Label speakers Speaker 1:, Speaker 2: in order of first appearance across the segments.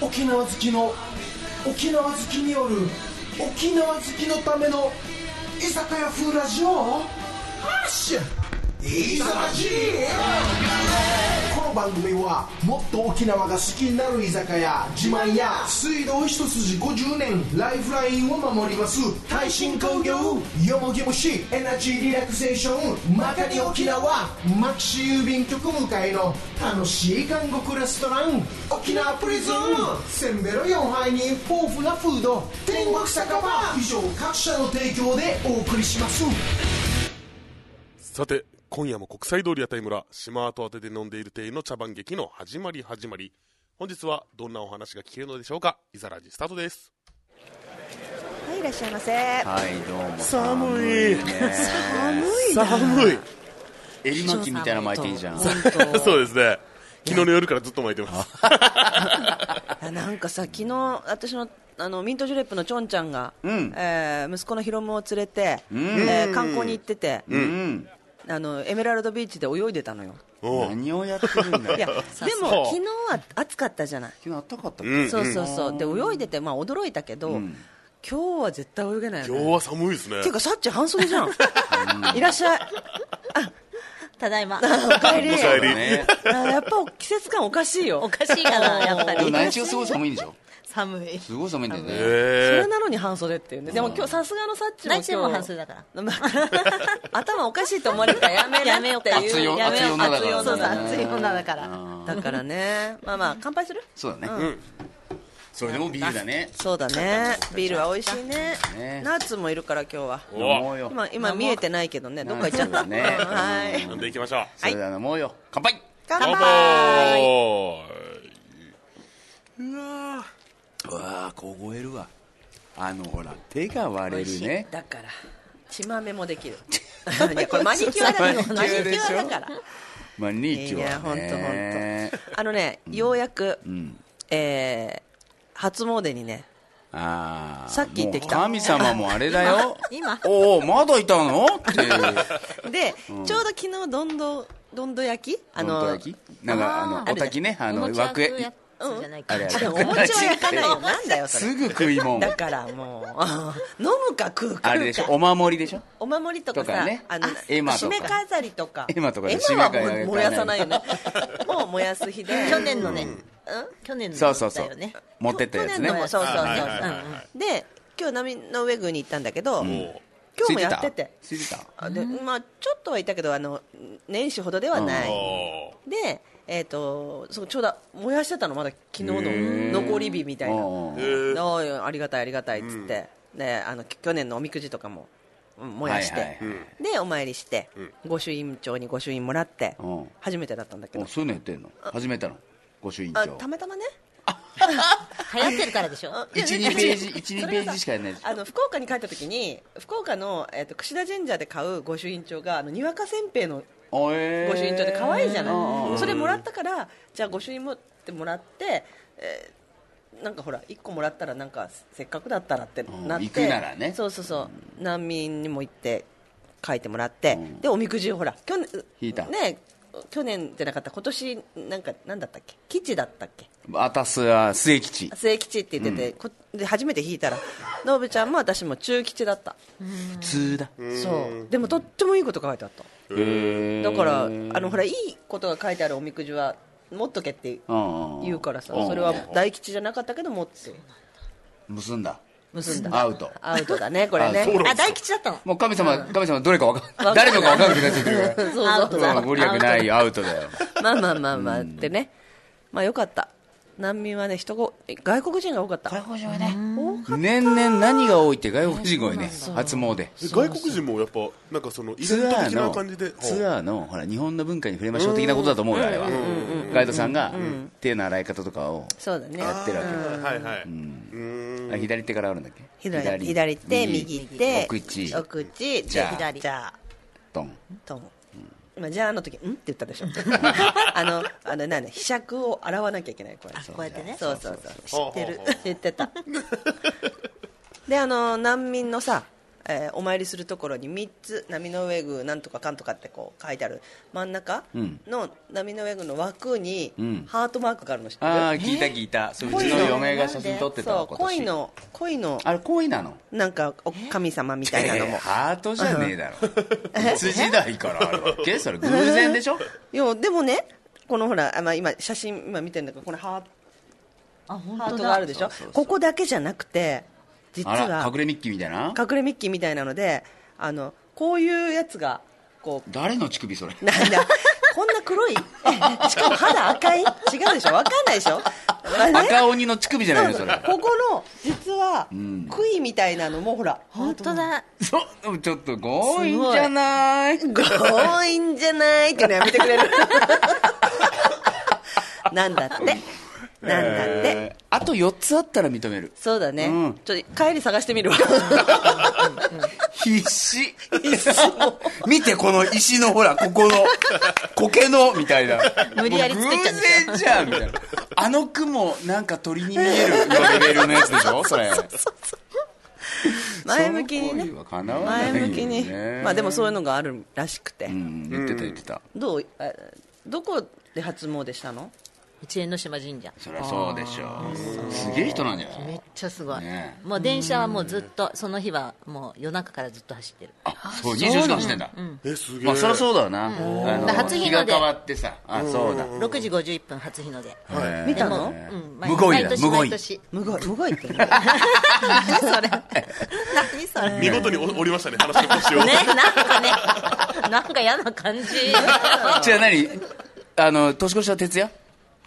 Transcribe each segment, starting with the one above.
Speaker 1: 沖縄好きの沖縄好きによる沖縄好きのための居酒屋風ラジオハッシュいざらしこの番組はもっと沖縄が好きになる居酒屋自慢や水道一筋50年ライフラインを守ります耐震工業よもぎ虫エナジーリラクゼーションまかに沖縄マキシ郵便局向かいの楽しい韓国レストラン沖縄プリズンせんべろ4杯に豊富なフード天国酒場以上各社の提供でお送りします
Speaker 2: さて今夜も国際通り屋台村島跡宛てで飲んでいる亭の茶番劇の始まり始まり本日はどんなお話が聞けるのでしょうかいざらじスタートです
Speaker 3: はい、いらっしゃいませ。寒
Speaker 4: はいどうも
Speaker 2: 寒
Speaker 4: 寒
Speaker 2: い
Speaker 4: いね
Speaker 3: いな。
Speaker 2: 寒い
Speaker 4: 襟巻きみたいなの巻いてんじゃん
Speaker 2: そうですね昨日の夜からずっと巻いてます
Speaker 3: あなんかさ、昨日、私の。あのミントジュレップのチョンちゃんが、
Speaker 4: ん
Speaker 3: えー息子のヒロムを連れて、えー観光に行ってて、
Speaker 4: うん
Speaker 3: あのエメラルドビーチで泳いでたのよ
Speaker 2: おう
Speaker 4: 何をやってるんだよ
Speaker 3: いやでも
Speaker 2: さ
Speaker 3: 昨日
Speaker 2: そう
Speaker 3: は暑かったじゃない、
Speaker 4: 昨日あったかかったっけ
Speaker 2: うん
Speaker 3: そうそうそうで泳いでて、まあ、驚いたけど、今日は絶対泳げないよ、
Speaker 2: 今
Speaker 3: ね、
Speaker 2: 日は寒いですね
Speaker 3: っていうかさっち半袖じゃんいらっ しゃい
Speaker 5: ただいま。
Speaker 3: おかえ
Speaker 2: お
Speaker 3: り
Speaker 2: かえり
Speaker 4: ね
Speaker 3: あやっぱ季節感おかしいよ
Speaker 5: おかしい かな、やっぱ
Speaker 4: でも
Speaker 5: り。
Speaker 4: 内地がすごい寒いんでしょ
Speaker 5: 寒い。
Speaker 4: すごい寒いんだよね
Speaker 3: そ
Speaker 2: え
Speaker 3: れなのに半袖っていうねでも今日さすがのサッチも今
Speaker 5: 内
Speaker 3: 日
Speaker 5: 地も半袖だから。
Speaker 3: まあ 頭おかしいと思われるからやめ
Speaker 5: やめようか。
Speaker 4: 熱いよ
Speaker 5: やめようか
Speaker 4: 熱い女だからね
Speaker 5: そうそう、熱い女だから。
Speaker 3: だからねまあまあ乾杯する
Speaker 4: そうだねそれでもビールだね
Speaker 3: そうだねビールは美味しいね
Speaker 4: ね
Speaker 3: ナーツもいるから今日は
Speaker 2: ー、
Speaker 4: 飲
Speaker 2: お
Speaker 4: も
Speaker 2: う
Speaker 4: うよ
Speaker 3: 今今見えてないけどねどっか行っちゃっ
Speaker 4: ナー
Speaker 3: た
Speaker 4: ツだね
Speaker 3: うんはい
Speaker 2: 飲んでいきましょう
Speaker 4: それでは飲もうよ乾杯
Speaker 3: 乾
Speaker 2: 乾
Speaker 3: 杯
Speaker 2: 杯
Speaker 4: うわー凍えるわあのほら手が割れるね
Speaker 3: だから血豆もで きるいやこれマニキュアだから
Speaker 4: マニキ
Speaker 3: マニキ
Speaker 4: ュアでしょ
Speaker 3: ュアだから
Speaker 4: まあニーチ
Speaker 3: いいね
Speaker 4: は
Speaker 3: ほんと
Speaker 4: ね
Speaker 3: あのねようやくえー初詣にね
Speaker 4: あー
Speaker 3: さっき行ってきた
Speaker 4: もう神様もあれだよ
Speaker 5: 今
Speaker 4: おおまだいたのっていう
Speaker 3: で、ちょうど昨日どんどんどんど焼き あ
Speaker 4: どんど
Speaker 3: の
Speaker 4: 焼きなんかあのおたきねあの
Speaker 5: おもちゃ
Speaker 4: 枠へ
Speaker 5: 食うやつじゃないか
Speaker 4: あれあれ
Speaker 3: あお餅は焼かないよなんだよそれ
Speaker 4: すぐ食いもん
Speaker 3: だからもう 飲むか食うか
Speaker 4: あれでしょお守りでしょ
Speaker 3: お守りとか
Speaker 4: と
Speaker 3: さ
Speaker 4: かね
Speaker 3: あの
Speaker 4: あ絵馬と
Speaker 3: 締
Speaker 4: か
Speaker 3: め飾りとか
Speaker 4: 絵馬とかで
Speaker 3: 絵馬は
Speaker 4: 締め飾り
Speaker 3: もう燃やさないよねもう燃やす日で
Speaker 5: 去年のね、去年の
Speaker 4: そうそうそ
Speaker 5: だよ
Speaker 4: う
Speaker 5: ね。
Speaker 4: 持ってったやつ
Speaker 3: 去年のも
Speaker 4: ね
Speaker 3: そうそうそう、
Speaker 2: はいはいはいはい
Speaker 3: で今日波の上宮に行ったんだけど、
Speaker 2: お
Speaker 3: 今
Speaker 2: う
Speaker 3: 日もやってて
Speaker 4: ついてた
Speaker 3: あでまあ、ちょっとはいたけどあの年始ほどではない、
Speaker 2: おう
Speaker 3: で、えー、とそうちょうど燃やしてたのまだ昨日の
Speaker 4: へー
Speaker 3: 残り火みたいな
Speaker 4: お
Speaker 2: え
Speaker 4: ー
Speaker 2: ー
Speaker 3: おいありがたいありがたいっつって、であのき去年のおみくじとかもうん燃やして、
Speaker 4: はいはいはい
Speaker 3: でお参りして、御朱印帳にご朱印もらって、
Speaker 4: うん
Speaker 3: 初めてだったんだけ
Speaker 4: お
Speaker 3: ど
Speaker 4: そういうのやってんの始めたのご朱印
Speaker 3: あ
Speaker 4: 帳
Speaker 3: たまたまね
Speaker 5: 流行ってるからでしょ。
Speaker 4: 12ページ12ページしかやんないでしょ
Speaker 3: あの福岡に帰った時に福岡の、えー、と櫛田神社で買う御朱印帳があのにわかせんべいの
Speaker 4: おえー
Speaker 3: 御朱印帳で可愛いじゃない、
Speaker 4: うん
Speaker 3: それもらったからじゃあ御朱印持ってもらって、えーなんかほら1個もらったらなんかせっかくだったらって
Speaker 4: ん
Speaker 3: なって、
Speaker 4: 行くならね
Speaker 3: そうそうそう難民にも行って書いてもらって、でおみくじをほら去年
Speaker 4: 引いた
Speaker 3: ね去年じゃなかった今年なんかなんだったっけ吉だったっけ
Speaker 4: 私は末吉
Speaker 3: 末吉って言ってて、こで初めて引いたらノブちゃんも私も中吉だった、
Speaker 4: 普通だ
Speaker 3: そうでもとってもいいこと書いてあった
Speaker 4: へー
Speaker 3: だからあのほらいいことが書いてあるおみくじは持っとけって
Speaker 4: うんうん
Speaker 3: 言うからさ
Speaker 4: うん
Speaker 3: それは大吉じゃなかったけど持って
Speaker 4: 結んだ
Speaker 3: 結んだ
Speaker 4: アウト
Speaker 3: アウトだねこれ
Speaker 4: あ
Speaker 3: ね
Speaker 4: そう
Speaker 5: あ、大吉だったの。
Speaker 4: もう神様神様どれかわか
Speaker 3: わかん
Speaker 4: ん
Speaker 3: ない
Speaker 4: 誰のかわかんなくなっちゃってるから
Speaker 3: そうそうそう
Speaker 4: うんご利益ないよアウトだよ
Speaker 3: まあまあまあまあってねまあよかった難民はね人が外国人が多かった
Speaker 4: 年々何が多いって外国人が多いね初詣
Speaker 2: え外国人もやっぱなんかそのイベン
Speaker 4: ツ
Speaker 2: ト
Speaker 4: アー
Speaker 2: 的な
Speaker 4: の
Speaker 2: 感じで
Speaker 4: ツアーのほら日本の文化に触れましょう的なことだと思うよあれはガイドさんが手の洗い方とかを
Speaker 3: そうだね
Speaker 4: やってるわけ
Speaker 2: はいはいはい
Speaker 4: あ左手からあるんだっけ
Speaker 3: 左左手右手
Speaker 4: お口
Speaker 3: お口
Speaker 4: じゃあ
Speaker 3: 左じゃあ
Speaker 4: ドン
Speaker 3: と思う今じゃあの時「ん?」って言ったでしょあのあのなんだひしゃくを洗わなきゃいけないこれ
Speaker 5: こうやってね。
Speaker 3: そうそうそう
Speaker 2: そう
Speaker 3: 知ってる
Speaker 2: ほうほうほう
Speaker 3: 知ってたであの難民のさえーお参りするところに3つ波の上宮なんとかかんとかってこう書いてある真ん中の波の上宮の枠に
Speaker 4: ん
Speaker 3: ハートマークがあるの知ってる、
Speaker 4: ああ聞いた聞いたそうう
Speaker 3: 恋
Speaker 4: ち
Speaker 3: の
Speaker 4: の嫁が写真撮ってた
Speaker 3: そ
Speaker 4: わ
Speaker 3: う
Speaker 4: 今
Speaker 3: 恋
Speaker 4: 年
Speaker 3: の恋の
Speaker 4: あれ恋なの
Speaker 3: なんかお神様みたいなの
Speaker 4: えー
Speaker 3: も
Speaker 4: ハートじゃねえだろいつ時代からあるわけそれ偶然でしょ
Speaker 3: いやでもねこのほらあ、まあ、今写真今見てるんだけどこのハー
Speaker 5: あ本
Speaker 3: ハー
Speaker 5: 当
Speaker 3: ト
Speaker 5: だ
Speaker 3: があるでしょ
Speaker 4: そうそうそう
Speaker 3: ここだけじゃなくて実
Speaker 4: あら
Speaker 3: は
Speaker 4: 隠れミッキーみたいな
Speaker 3: 隠れミッキーみたいなのであのこういうやつがこう
Speaker 4: 誰の乳首それ
Speaker 3: なんだこんな黒い しかも肌赤い違うでしょわかんないでしょ、まあね
Speaker 4: 赤鬼の乳首じゃないの
Speaker 3: そ
Speaker 4: そうれ
Speaker 3: ここの実は杭みたいなのもほら
Speaker 5: 本当だ
Speaker 4: そうちょっと強引じゃない
Speaker 3: 強引じゃないっていうのやめてくれる なんだってなんだって、
Speaker 4: えー あと4つあったら認める
Speaker 3: そうだね、
Speaker 4: うん
Speaker 3: ちょっと帰り探し てみるわ
Speaker 4: 必死見てこの石のほらここの苔のみたいな
Speaker 5: 無理やり作っちゃうん
Speaker 4: もう偶然じゃんみた
Speaker 5: でしょ
Speaker 4: いなあの雲なんか鳥に見えるのレベルのやつでしょそれ
Speaker 3: 前向きにね
Speaker 4: その行為は叶わないよ
Speaker 3: 前
Speaker 4: ね
Speaker 3: 向きにまあでもそういうのがあるらしくて、
Speaker 4: うん言ってた言ってた
Speaker 3: どうあどこで初詣したの
Speaker 5: 一円の島神社
Speaker 4: そりゃそうでしょうすげえ人なんじゃな
Speaker 5: めっ
Speaker 4: い
Speaker 5: ちゃすごい、
Speaker 4: ねえ
Speaker 5: もう電車はもうずっとその日はもう夜中からずっと走ってる
Speaker 4: あそう24時間してんだ
Speaker 2: えすげえ、
Speaker 4: まあそりゃそうだよなあの
Speaker 5: 初
Speaker 4: 日
Speaker 5: 日の出
Speaker 4: が変わってさあそうだ
Speaker 5: 6時51分初日の出
Speaker 4: はい
Speaker 3: 見たの
Speaker 5: でもうん
Speaker 4: 無語意だ
Speaker 5: 毎年
Speaker 4: 無語意
Speaker 5: 毎年
Speaker 3: む ごいむごいって 何それ
Speaker 5: 何それね
Speaker 2: 見事にお降りましたね話の腰を、
Speaker 5: なんかねなんか嫌な感じ
Speaker 4: じゃあ何あの年越しは徹夜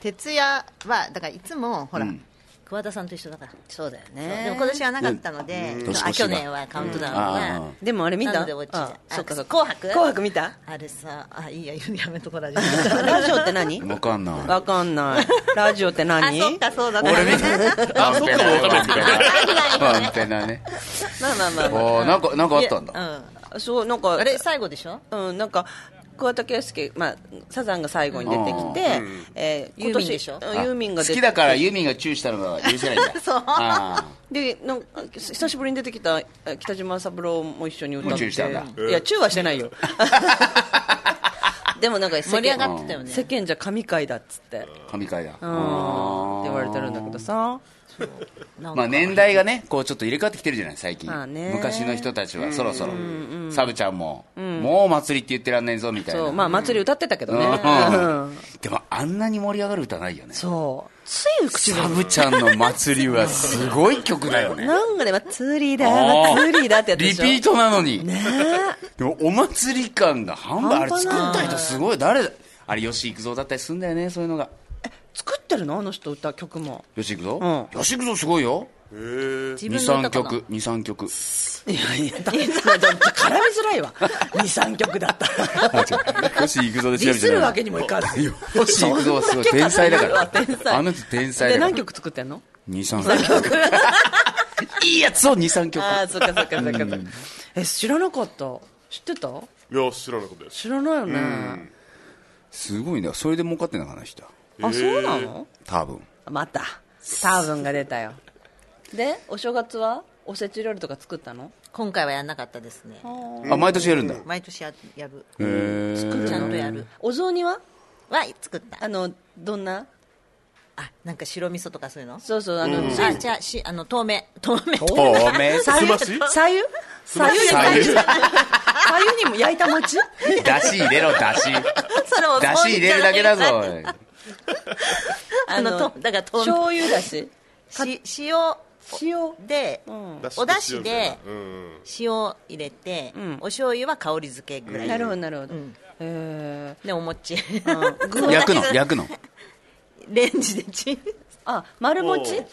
Speaker 6: 徹夜はだからいつもほら、
Speaker 4: うん
Speaker 5: 桑田さんと一緒だから
Speaker 3: そうだよ
Speaker 5: でも
Speaker 3: ね
Speaker 5: 今年はなかったので、
Speaker 4: うん
Speaker 5: あ去年はカウントダウン
Speaker 4: うんあ
Speaker 5: は
Speaker 4: あ、
Speaker 3: でもあれ見
Speaker 5: な
Speaker 3: た
Speaker 5: ので落ちちゃう
Speaker 3: あそっかそっか
Speaker 5: 紅白
Speaker 3: 紅白見た
Speaker 5: あれさあいいややめとこラジオ
Speaker 3: ラジオって何
Speaker 4: わかんない
Speaker 3: わかんないラジオって
Speaker 5: あ
Speaker 3: 何
Speaker 5: そっかそうだった
Speaker 4: 俺ねあ
Speaker 2: そっかもわかんないですけど
Speaker 4: ワンペナね
Speaker 3: まあまあまあま
Speaker 4: おーなんかなんかあったんだ
Speaker 5: だ、
Speaker 3: あそうなんか
Speaker 5: うん、あれ最後でしょ
Speaker 3: うん、なんか桑田佳祐、まあ、サザンが最後に出てきて、えー、
Speaker 5: ユーミンでしょ
Speaker 3: 今年うんユーミンが出て
Speaker 4: 好きだからユーミンがチューしたのが許せないん だ
Speaker 5: そう
Speaker 4: あ
Speaker 3: でなんか久しぶりに出てきたえ北島三郎も一緒に歌
Speaker 4: も
Speaker 3: っ
Speaker 4: うチュ
Speaker 3: て
Speaker 4: ーしたんだ
Speaker 3: いやチューはしてないよ でもなんか世間
Speaker 5: 盛り上がってたよね
Speaker 3: 世間じゃ神回だっつって
Speaker 4: ー神回だ
Speaker 3: うんって言われてるんだけどさ
Speaker 5: なんか
Speaker 4: まあ年代がねこうちょっと入れ替わってきてるじゃない最近
Speaker 3: まあね
Speaker 4: 昔の人たちはそろそろサブちゃんももう祭りって言ってらんないぞみたい
Speaker 3: そう
Speaker 4: な
Speaker 3: まあ祭り歌ってたけどね、
Speaker 4: うん
Speaker 3: うん
Speaker 4: でもあんなに盛り上がる歌ないよね
Speaker 3: そうつい口
Speaker 4: サブちゃんの祭りはすごい曲だよね
Speaker 3: なんかね祭りだ
Speaker 4: あー
Speaker 3: 祭りだってやつで
Speaker 4: リ
Speaker 3: し
Speaker 4: ピ
Speaker 3: ょ
Speaker 4: ートなのに、でもお祭り感が半分あれ
Speaker 3: 半端
Speaker 4: 作
Speaker 3: ない
Speaker 4: った人すごい誰だあれ吉幾三だったりするんだよねそういうのが
Speaker 3: 作ってるのあの人歌曲も
Speaker 4: 吉幾三、吉幾三すごいよ
Speaker 2: えー、
Speaker 5: 自分
Speaker 4: 23
Speaker 5: の歌かな
Speaker 4: 曲23曲
Speaker 3: いやいやだ絡みづらいわ23曲だった ら
Speaker 4: 吉幾三で
Speaker 3: ディスるわけにもいかず
Speaker 4: いや吉幾三はすごい天才だか
Speaker 3: うわ
Speaker 4: ら
Speaker 3: 天才
Speaker 4: あの人天才
Speaker 3: で
Speaker 4: だか
Speaker 3: 何
Speaker 4: ら
Speaker 3: 曲作ってんの
Speaker 4: 23曲いいやつを23曲
Speaker 3: ああそっかそっかそっかそっかえ知らなかった知ってた
Speaker 2: いや知らなかったです
Speaker 3: 知らないよね
Speaker 4: すごいねそれで儲かってんのかなあの人
Speaker 3: あそうなの
Speaker 4: 多分
Speaker 3: また多分が出たよでお正月はおせち料理とか作ったの
Speaker 5: 今回はやんなかったですね
Speaker 4: あ毎年やるんだへ
Speaker 5: 毎年ややる
Speaker 4: え
Speaker 5: ちゃんとやる
Speaker 3: お雑煮は
Speaker 5: は作っ
Speaker 3: あ
Speaker 5: た
Speaker 3: のどんな
Speaker 5: あなんか白味噌とかそういうの
Speaker 3: そうそうあのつい
Speaker 5: あじゃあしあの透明透明
Speaker 4: お め
Speaker 3: さゆ
Speaker 2: すまし
Speaker 3: さゆさゆ
Speaker 4: さゆ
Speaker 3: さゆにも焼いた餅
Speaker 4: だし入れろだ し
Speaker 5: それお
Speaker 4: だし入れるだけだぞおい
Speaker 5: あのとだから透明
Speaker 3: 醤油だし
Speaker 5: し塩
Speaker 3: 塩
Speaker 5: で、お出汁で
Speaker 2: うん
Speaker 5: 塩入れて、お醤油は香り付けぐらい、
Speaker 3: なるほどなるほど、
Speaker 5: ん
Speaker 3: え
Speaker 5: でお餅、
Speaker 3: ー、具
Speaker 4: 焼くの焼くの
Speaker 5: レンジでチン
Speaker 3: あ丸
Speaker 2: お
Speaker 3: 餅
Speaker 2: う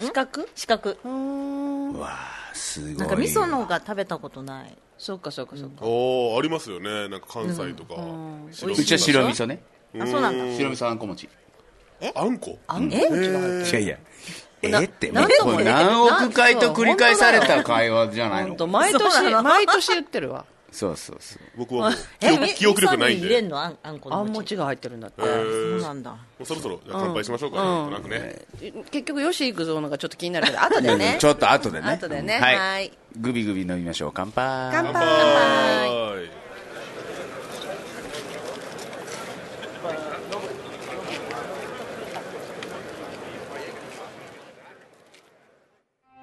Speaker 3: 四角
Speaker 5: 四角
Speaker 3: うーん
Speaker 4: わあすごい
Speaker 5: なんか味噌の方が食べたことない
Speaker 3: そうかそうかそうか、
Speaker 2: おーありますよねなんか関西とか、白
Speaker 4: う
Speaker 2: 味
Speaker 4: ち
Speaker 2: 噌
Speaker 4: は白味噌ね
Speaker 5: あそうなんだ
Speaker 4: 白味噌あんこ餅
Speaker 2: あんこ
Speaker 3: あんこ餅が入ってる
Speaker 4: いやいやえーってもう
Speaker 3: 何度も
Speaker 4: これ
Speaker 3: 言ってる
Speaker 4: 何億回と繰り返された会話じゃない
Speaker 3: 本
Speaker 4: の
Speaker 3: 当毎
Speaker 5: そうな
Speaker 3: 年
Speaker 5: の
Speaker 3: 毎年言ってるわ
Speaker 4: そうそうそう
Speaker 2: 僕はもう記
Speaker 5: え
Speaker 2: 憶記憶力ないんで
Speaker 5: み入れんのあんあんこ
Speaker 3: あ
Speaker 5: の
Speaker 3: んも
Speaker 5: 餅
Speaker 3: ちが入ってるんだって、
Speaker 2: えー
Speaker 5: そうなんだ
Speaker 2: もうそろそろじゃあ乾杯しましょうか、
Speaker 3: うん
Speaker 2: なんとなくね、
Speaker 3: 結局よし行くぞのがちょっと気になる けど後でね
Speaker 4: ちょっと後でね
Speaker 3: 後でね
Speaker 4: うん
Speaker 3: は
Speaker 4: はいいグビグビ飲みましょう乾杯
Speaker 3: 乾杯
Speaker 2: はい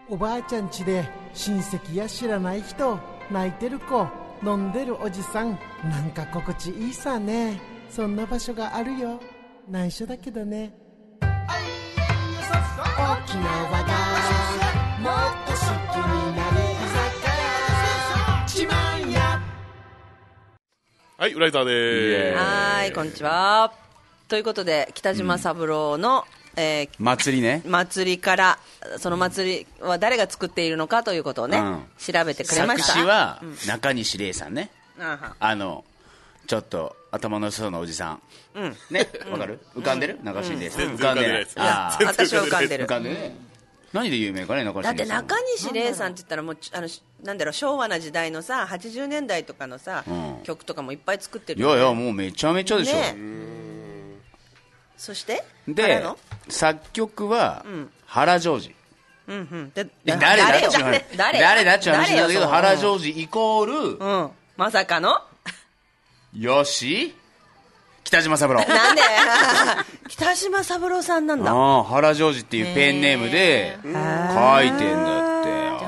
Speaker 7: おばあちゃん家で親戚や知らない人泣いてる子飲んでるおじさんなんか心地いいさねそんな場所があるよ内緒だけどね沖縄がもっと好きになれる居酒屋万屋
Speaker 2: はいウライターで
Speaker 4: イエ
Speaker 2: ー
Speaker 4: ー
Speaker 2: す
Speaker 4: イ
Speaker 3: はいこんにちはということで北島三郎の、えー
Speaker 4: 祭りね
Speaker 3: 祭りからその祭りは誰が作っているのかということをね、
Speaker 4: うん
Speaker 3: 調べてくれま
Speaker 4: 作
Speaker 3: した
Speaker 4: 詞は中西礼さんね
Speaker 3: あは
Speaker 4: あのちょっと頭の良さそうなおじさん、ねわかる浮かんでる中西礼さん
Speaker 2: うん
Speaker 4: 浮かんでない
Speaker 2: 全然浮かんでな
Speaker 4: あ
Speaker 2: い
Speaker 4: ー
Speaker 3: 私は浮かんで る
Speaker 4: 浮かんでね何で有名かね中西礼
Speaker 3: だ
Speaker 4: さん
Speaker 3: って中西礼さんって言ったらもうちあのしなんだろう昭和な時代のさ80年代とかのさ、
Speaker 4: うん
Speaker 3: 曲とかもいっぱい作って
Speaker 4: い
Speaker 3: るよ
Speaker 4: や
Speaker 3: ね
Speaker 4: いやもうめちゃめちゃでしょ、
Speaker 3: ねそして誰
Speaker 4: で
Speaker 3: の
Speaker 4: 作曲は原ジョージ、
Speaker 3: うんうんで
Speaker 4: いや誰だっ
Speaker 3: 誰
Speaker 4: ちゅう話
Speaker 3: 誰
Speaker 4: 誰だっちゅう話なんだけど原ジ
Speaker 3: よ
Speaker 4: ョージイコー
Speaker 3: そのうんまさかの
Speaker 4: ルよし北島三郎
Speaker 3: なんで北島三郎さんなんだ
Speaker 4: ああ原ジョージっていうペンネームで書いてんだって
Speaker 5: じゃ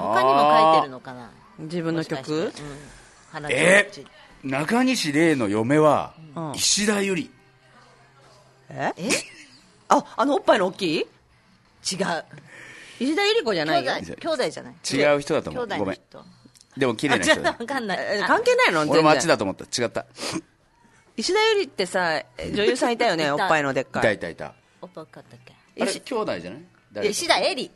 Speaker 5: あ他にも書いてるのかな
Speaker 3: 自分の曲
Speaker 5: もしかしてうん花
Speaker 4: え
Speaker 5: ちょっ
Speaker 4: 中西礼の嫁は
Speaker 3: うん
Speaker 4: 石田ゆり、
Speaker 3: えああのおっぱいの大きい違う石田ゆり子じゃ
Speaker 5: と
Speaker 3: ない
Speaker 5: 兄
Speaker 3: よ
Speaker 5: 弟兄弟じゃない
Speaker 4: 違う人だと思
Speaker 5: 兄
Speaker 4: う
Speaker 5: 弟
Speaker 4: ご
Speaker 5: の
Speaker 4: めん
Speaker 5: 人
Speaker 4: でも綺麗
Speaker 5: あ
Speaker 4: な
Speaker 5: ちょっ
Speaker 4: 人
Speaker 5: と
Speaker 4: だ
Speaker 5: わかんない
Speaker 3: え
Speaker 5: あ
Speaker 3: 関係ないの
Speaker 4: 俺もあっち
Speaker 3: 全然
Speaker 4: だと思った違った
Speaker 3: 石田ゆりってさえ女優さんいたよね
Speaker 5: いた
Speaker 3: おっぱいのでっ
Speaker 4: い
Speaker 3: か
Speaker 4: た
Speaker 3: い
Speaker 4: いたいた
Speaker 5: おっぱいかったっけ
Speaker 4: あれ兄弟じゃない誰だ
Speaker 5: 石田エリ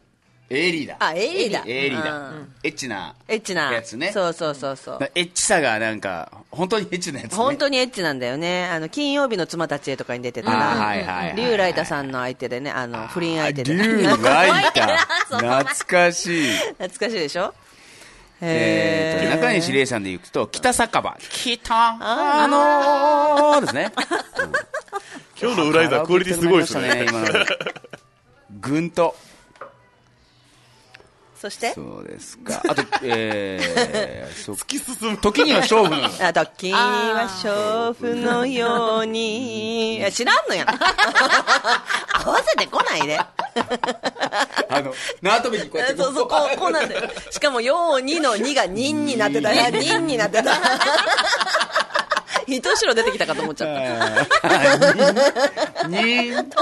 Speaker 4: エリーだ
Speaker 3: あエリーだ
Speaker 4: エリー
Speaker 3: う
Speaker 4: だエッチな
Speaker 3: エッチな
Speaker 4: やつね
Speaker 3: そうそうそうそう
Speaker 4: なエッチさがなんか本当にエッチなやつね
Speaker 3: 本当にエッチなんだよねあの金曜日の妻たちへとかに出てた
Speaker 4: あー
Speaker 3: ら
Speaker 4: はいはいはい
Speaker 3: リュウライタさんの相手でねあの不倫相手で
Speaker 4: 竜ライ タ懐かしい
Speaker 3: 懐かしいでしょ
Speaker 4: えー
Speaker 3: へ
Speaker 4: と
Speaker 3: ー
Speaker 4: 中西礼さんで行くと北酒場北あのーですね
Speaker 2: 今日のウライタークオリティすごいです
Speaker 4: カラオケ
Speaker 2: ね
Speaker 4: 行ってもらいましたね今のぐんと
Speaker 3: そして
Speaker 4: そうですかあとえーそう
Speaker 2: 突き進む
Speaker 4: 時には勝負
Speaker 3: あと「君は娼婦のように」いや知らんのや合わせてこな いで
Speaker 4: あの縄跳びにこうやって
Speaker 3: そうそうこうこうなんだよしかも「ように」の「に」が「にん」になってたら「にん」になってた一白出てきたかと思っちゃった
Speaker 4: に投